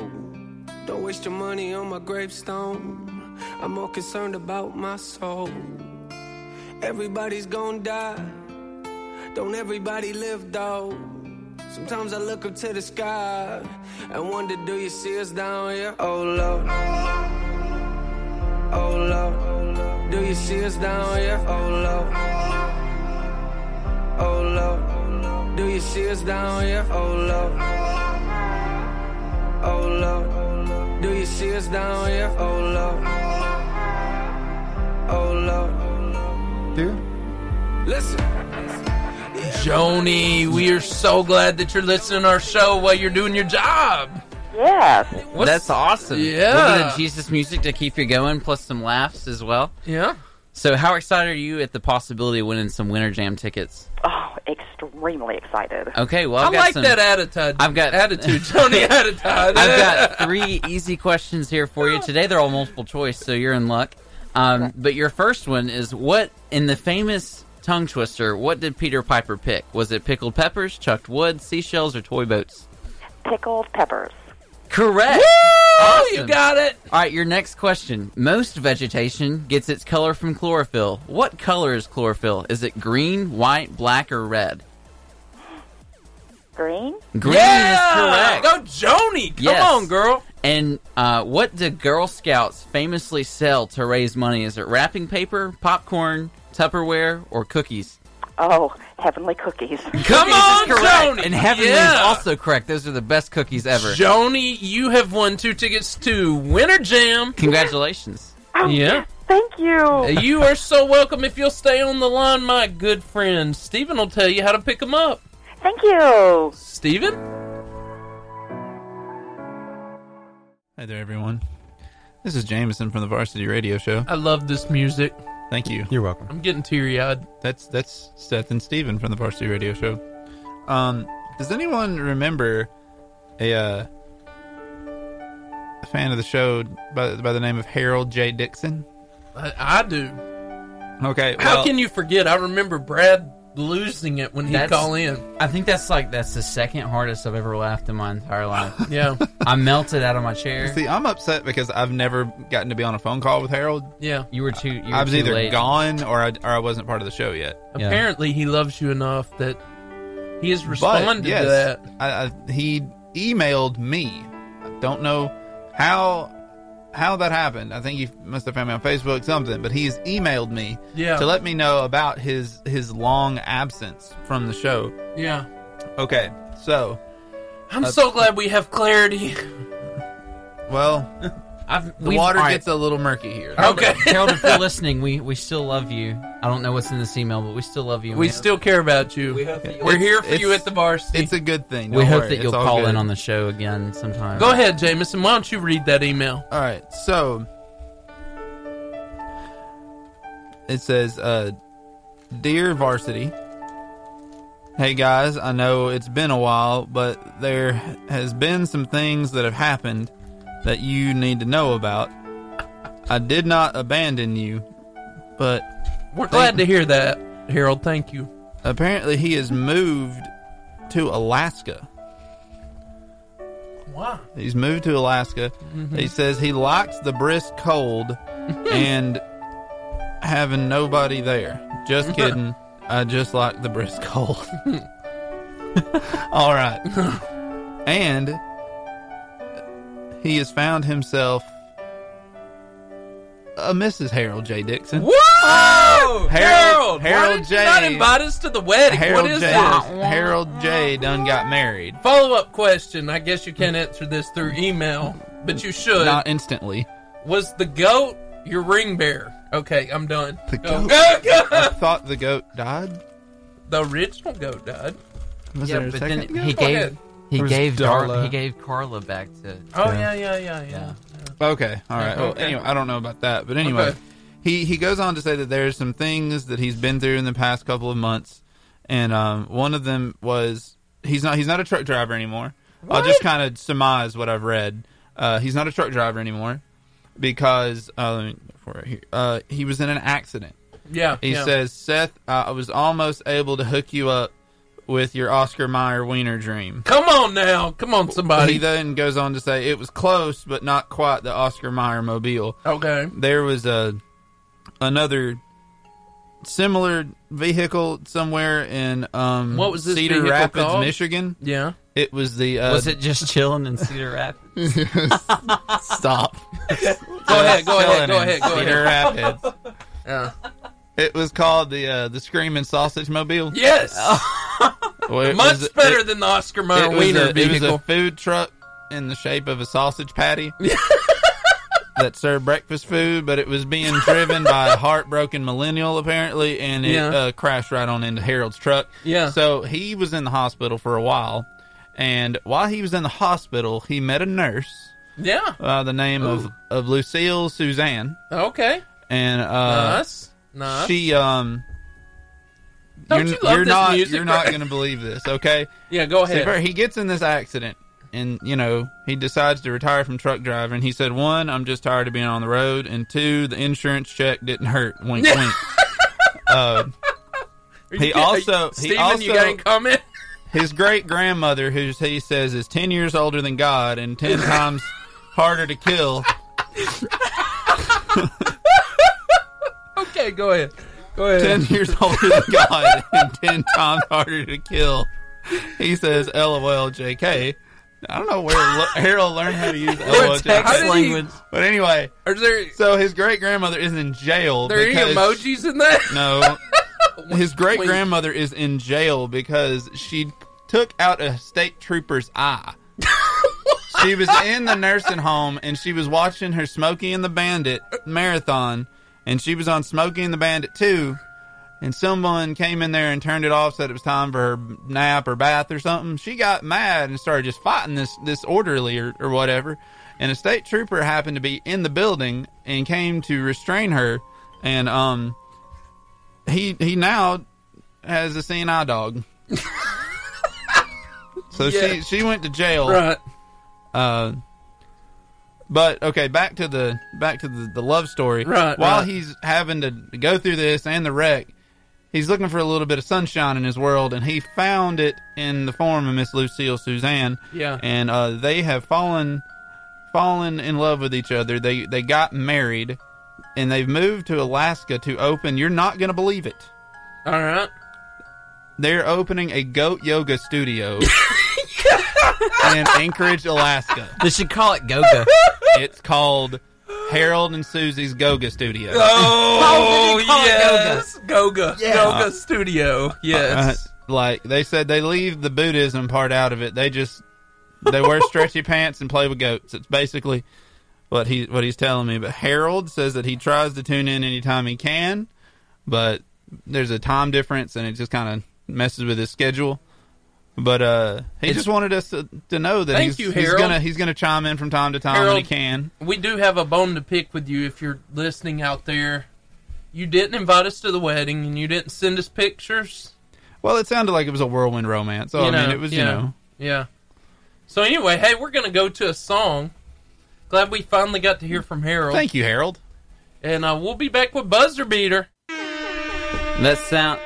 Speaker 10: Don't waste your money on my gravestone. I'm more concerned about my soul. Everybody's gonna die. Don't everybody live though. Sometimes I look up to the sky and wonder, do you see us down here? Oh Lord. Oh Lord. Do you see us down here? Oh Lord. Oh Lord, do you see us down here? Oh Lord, oh Lord, do you see us down here? Oh Lord, oh Lord.
Speaker 2: Dude.
Speaker 10: Listen,
Speaker 1: Joni, we are so glad that you're listening to our show while you're doing your job.
Speaker 11: Yes.
Speaker 1: What's-
Speaker 3: That's awesome.
Speaker 1: Yeah.
Speaker 3: A little bit of Jesus music to keep you going, plus some laughs as well.
Speaker 1: Yeah.
Speaker 3: So, how excited are you at the possibility of winning some Winter Jam tickets?
Speaker 11: Oh, extremely excited.
Speaker 3: Okay, well, I've
Speaker 1: I
Speaker 3: got
Speaker 1: like
Speaker 3: some-
Speaker 1: that attitude.
Speaker 3: I've got (laughs)
Speaker 1: attitude, Tony. attitude. (laughs)
Speaker 3: I've got three easy questions here for you today. They're all multiple choice, so you're in luck. Um, but your first one is what in the famous tongue twister? What did Peter Piper pick? Was it pickled peppers, chucked wood, seashells, or toy boats?
Speaker 11: Pickled peppers.
Speaker 3: Correct.
Speaker 1: Oh,
Speaker 11: Woo!
Speaker 3: You got it. All right, your next question. Most vegetation gets its color from chlorophyll. What color is chlorophyll? Is it green, white, black, or red?
Speaker 11: Green?
Speaker 3: Green
Speaker 1: Yeah!
Speaker 3: is correct. Go Joni!
Speaker 1: Come on,
Speaker 3: girl. And uh, what do Girl Scouts famously sell to raise money? Is it wrapping paper, popcorn, Tupperware, or cookies?
Speaker 11: Oh, heavenly cookies. (laughs)
Speaker 3: Come
Speaker 1: on, Joni!
Speaker 3: And heaven is
Speaker 1: Yeah.
Speaker 3: also correct. Those are the best cookies ever.
Speaker 1: Joni, you have won two tickets to Winter Jam.
Speaker 3: Congratulations.
Speaker 7: Oh,
Speaker 1: yeah.
Speaker 11: Oh, Thank you.
Speaker 1: You are so welcome. If you'll stay on the line, my good friend, Steven will tell you how to pick them up.
Speaker 11: Thank you.
Speaker 1: Steven?
Speaker 4: Hi there, everyone. This is Jameson from the Varsity Radio Show.
Speaker 1: I love this music.
Speaker 4: Thank you.
Speaker 2: You're welcome.
Speaker 1: I'm getting teary eyed.
Speaker 4: That's that's Seth and Steven from the Varsity Radio Show. Um, does anyone remember a, uh, a fan of the show by, by the name of Harold J. Dixon?
Speaker 1: I, I do.
Speaker 4: Okay.
Speaker 1: how
Speaker 4: well-
Speaker 1: can you forget? I remember Brad losing it when he'd
Speaker 3: That's-
Speaker 1: call in.
Speaker 3: I think that's like that's the second hardest I've ever laughed in my
Speaker 4: (laughs)
Speaker 3: entire life.
Speaker 1: Yeah.
Speaker 3: I melted out of my chair.
Speaker 4: See, I'm upset because I've never gotten to be on a phone call with Harold.
Speaker 1: Yeah.
Speaker 3: You were too. You were
Speaker 4: I was
Speaker 3: too
Speaker 4: either
Speaker 3: late.
Speaker 4: gone or I, or I wasn't part of the show yet.
Speaker 1: Apparently, he loves you enough that he has
Speaker 4: But,
Speaker 1: responded
Speaker 4: yes,
Speaker 1: to that.
Speaker 4: I, I, he emailed me. I don't know how how that happened. I think he must have found me on Facebook something, but he's emailed me
Speaker 1: Yeah.
Speaker 4: to let me know about his his long absence from the show.
Speaker 1: Yeah.
Speaker 4: Okay, so
Speaker 1: I'm
Speaker 4: Uh,
Speaker 1: so glad we have clarity.
Speaker 4: well,
Speaker 3: I've,
Speaker 4: the
Speaker 3: we've-
Speaker 4: water
Speaker 3: all right.
Speaker 4: gets a little murky here.
Speaker 1: Okay. (laughs)
Speaker 4: (laughs)
Speaker 3: Harold, if you're listening, we, we still love you. I don't know what's in this email, but we still love you.
Speaker 1: We
Speaker 3: man.
Speaker 1: still care about you. We are here for you
Speaker 4: it's-
Speaker 1: at the varsity.
Speaker 4: It's a good thing.
Speaker 3: we
Speaker 4: Don't
Speaker 3: hope
Speaker 4: worry.
Speaker 3: that you'll
Speaker 4: It's all
Speaker 3: call
Speaker 4: good.
Speaker 3: in on the show again sometime.
Speaker 1: Go ahead, Jameson. Why don't you read that email?
Speaker 4: All right, so it says, uh, "Dear Varsity, hey guys, I know it's been a while, but there has been some things that have happened that you need to know about. I did not abandon you, but
Speaker 1: We're glad to hear that, Harold. Thank you.
Speaker 4: apparently he has moved to Alaska."
Speaker 1: Why? Mm-hmm.
Speaker 4: He's moved to Alaska. He says he likes the brisk
Speaker 1: (laughs)
Speaker 4: cold and having nobody there.
Speaker 1: (laughs)
Speaker 4: Just kidding. I just like the brisk cold. (laughs) All right. and he has found himself a Mrs. Harold J. Dixon.
Speaker 1: Whoa! Harold!
Speaker 4: Harold- Harold
Speaker 1: why did you not
Speaker 4: J.
Speaker 1: invite us to the wedding?
Speaker 4: Harold
Speaker 1: what is
Speaker 4: J.
Speaker 1: that?
Speaker 4: Harold J. done got married.
Speaker 1: Follow up question. I guess you can't answer this through email, but you should.
Speaker 4: Not instantly.
Speaker 1: Was the goat your ring bearer? Okay, I'm done.
Speaker 4: The
Speaker 1: Go,
Speaker 4: goat.
Speaker 1: go, go.
Speaker 4: I thought the goat died.
Speaker 1: The original goat died.
Speaker 4: Was
Speaker 3: Yeah,
Speaker 4: there a
Speaker 3: but
Speaker 4: second
Speaker 3: then
Speaker 4: goat?
Speaker 3: he
Speaker 1: Go
Speaker 3: gave
Speaker 1: ahead.
Speaker 3: he
Speaker 2: It was
Speaker 3: gave Darla.
Speaker 2: Darla.
Speaker 3: he gave Carla back to.
Speaker 1: Oh yeah, yeah, yeah, yeah.
Speaker 4: Okay, all right. Well,
Speaker 1: Okay.
Speaker 4: anyway, I don't know about that, but anyway,
Speaker 1: Okay.
Speaker 4: he he goes on to say that there's some things that he's been through in the past couple of months, and um, one of them was he's not he's not a truck driver anymore. I'll just kind of surmise what I've read. Uh, he's not a truck driver anymore because uh, let me go for it here. Uh, he was in an accident.
Speaker 1: Yeah.
Speaker 4: He
Speaker 1: yeah.
Speaker 4: says, Seth, uh, I was almost able to hook you up with your Oscar Mayer wiener dream.
Speaker 1: "Come on now, come on,
Speaker 4: He
Speaker 1: somebody."
Speaker 4: then goes on to say it was close, but not quite the Oscar Mayer mobile
Speaker 1: Okay.
Speaker 4: there was a another similar vehicle somewhere in um
Speaker 1: What was this
Speaker 4: Cedar
Speaker 1: vehicle
Speaker 4: Rapids,
Speaker 1: called?
Speaker 4: Michigan.
Speaker 1: Yeah.
Speaker 4: It was the uh,
Speaker 3: was it just chilling in Cedar Rapids?
Speaker 4: stop?
Speaker 1: (laughs) Go ahead. Go ahead. Go
Speaker 4: Chilling
Speaker 1: ahead.
Speaker 4: in
Speaker 1: Go
Speaker 4: Cedar
Speaker 1: ahead.
Speaker 4: Rapids.
Speaker 1: Yeah.
Speaker 4: It was called the uh, the Screaming Sausage Mobile.
Speaker 1: Yes.
Speaker 4: Well, Oh. it
Speaker 1: Much
Speaker 4: was-
Speaker 1: better
Speaker 4: it-
Speaker 1: than the Oscar
Speaker 4: it
Speaker 1: Mayer
Speaker 4: was
Speaker 1: Uh, wiener
Speaker 4: a- It was a
Speaker 1: vehicle.
Speaker 4: food truck in the shape of a
Speaker 1: (laughs)
Speaker 4: sausage patty. That served breakfast food, but it was being driven by a heartbroken millennial apparently, and it
Speaker 1: Yeah.
Speaker 4: uh, crashed right on into Harold's truck.
Speaker 1: Yeah.
Speaker 4: So he was in the hospital for a while, and while he was in the hospital, he met a nurse
Speaker 1: yeah.
Speaker 4: by the name of, of Lucille Suzanne,
Speaker 1: Okay.
Speaker 4: and uh,
Speaker 1: Us. Nah.
Speaker 4: She um.
Speaker 1: Don't
Speaker 4: you're
Speaker 1: you love
Speaker 4: you're
Speaker 1: this
Speaker 4: not
Speaker 1: music,
Speaker 4: you're not
Speaker 1: Brad?
Speaker 4: gonna believe this, okay?
Speaker 1: (laughs) Yeah, go
Speaker 4: So,
Speaker 1: ahead.
Speaker 4: Brad, he gets in this accident, and you know he decides to retire from truck driving. he said, one, I'm just tired of being on the road, and two, the insurance check didn't hurt.
Speaker 1: (laughs)
Speaker 4: Wink, wink. Uh,
Speaker 1: Are you (laughs)
Speaker 4: he
Speaker 1: ki- are you-
Speaker 4: also he
Speaker 1: Steven,
Speaker 4: also
Speaker 1: you got any comment? (laughs)
Speaker 4: his great grandmother, who he says is ten years older than God and ten
Speaker 1: (laughs)
Speaker 4: times harder to kill.
Speaker 1: Okay, go ahead. Go ahead.
Speaker 4: ten years older than God and ten times harder to kill. He says, "LOL, JK." I don't know where Lo- Harold learned how to use
Speaker 3: Oh,
Speaker 4: LOL
Speaker 1: text How did he- language.
Speaker 4: but anyway,
Speaker 1: Are there-
Speaker 4: so his great grandmother is in jail.
Speaker 1: Are there any
Speaker 4: because-
Speaker 1: emojis in that?
Speaker 4: No, his great grandmother is in jail because she took out a state trooper's eye. she was in the nursing home and she was watching her Smokey and the Bandit marathon, and she was on Smokey and the Bandit too. And someone came in there and turned it off, said it was time for her nap or bath or something. She got mad and started just fighting this this orderly or, or whatever. And a state trooper happened to be in the building and came to restrain her. And um, he he now has a eye dog. so
Speaker 1: Yeah.
Speaker 4: she she went to
Speaker 1: (laughs)
Speaker 4: jail.
Speaker 1: Right.
Speaker 4: Uh, but okay, back to the back to the, the love story.
Speaker 1: Right,
Speaker 4: While
Speaker 1: right.
Speaker 4: he's having to go through this and the wreck, he's looking for a little bit of sunshine in his world, and he found it in the form of Miss Lucille Suzanne.
Speaker 1: Yeah.
Speaker 4: And uh, they have fallen fallen in love with each other. They they got married, and they've moved to Alaska to open. You're not gonna believe it.
Speaker 1: All right.
Speaker 4: They're opening a goat yoga studio in Anchorage, Alaska.
Speaker 3: They should call it Goga.
Speaker 4: It's called Harold and Susie's Goga Studio.
Speaker 1: Oh,
Speaker 3: did he call it
Speaker 1: yes, Goga,
Speaker 3: Yeah.
Speaker 1: Goga Studio. Yes,
Speaker 4: Uh, like they said, they leave the Buddhism part out of it. They just they wear stretchy (laughs) pants and play with goats. It's basically what he what he's telling me. But Harold says that he tries to tune in anytime he can, but there's a time difference and it just kind of messes with his schedule. But uh, he
Speaker 1: It's-
Speaker 4: just wanted us to, to know that
Speaker 1: Thank
Speaker 4: he's,
Speaker 1: you,
Speaker 4: he's
Speaker 1: Harold.
Speaker 4: gonna he's gonna chime in from time to time when he can.
Speaker 1: We do have a bone to pick with you if you're listening out there. You didn't invite us to the wedding, and you didn't send us pictures.
Speaker 4: Well, it sounded like it was a whirlwind romance. So
Speaker 1: you
Speaker 4: I
Speaker 1: know,
Speaker 4: mean, it was you
Speaker 1: yeah,
Speaker 4: know.
Speaker 1: yeah. So anyway, hey, we're gonna go to a song. Glad we finally got to hear from Harold.
Speaker 4: Thank you, Harold.
Speaker 1: And uh, we'll be back with buzzer beater.
Speaker 3: (laughs) That sound.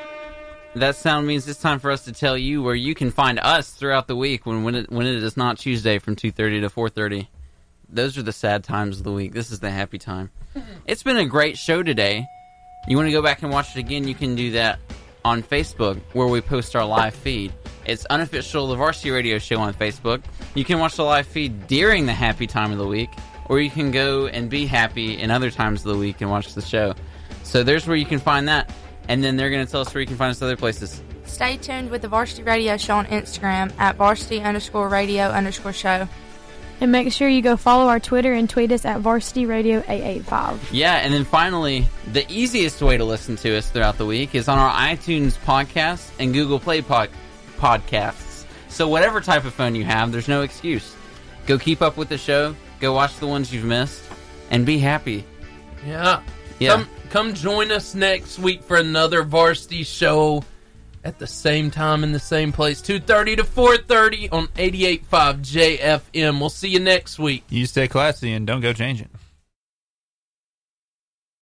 Speaker 3: That sound means it's time for us to tell you where you can find us throughout the week when when it, when it is not Tuesday from two thirty to four thirty. Those are the sad times of the week. This is the happy time. It's been a great show today. You want to go back and watch it again? You can do that on Facebook where we post our live feed. It's unofficial the Varsity Radio Show on Facebook. You can watch the live feed during the happy time of the week, or you can go and be happy in other times of the week and watch the show. So there's where you can find that, and then they're going to tell us where you can find us other places.
Speaker 7: Stay tuned with the Varsity Radio Show on Instagram at varsity underscore radio underscore show.
Speaker 8: And make sure you go follow our Twitter and tweet us at Varsity Radio 885.
Speaker 3: Yeah, and then finally, the easiest way to listen to us throughout the week is on our iTunes podcast and Google Play pod- podcasts. So whatever type of phone you have, there's no excuse. Go keep up with the show. Go watch the ones you've missed, and be happy.
Speaker 1: Yeah.
Speaker 3: Yeah.
Speaker 1: Come, come join us next week for another varsity show at the same time in the same place, 2.30 to 4.30 on 88.5 JFM. We'll see you next week.
Speaker 4: You stay classy and don't go change it.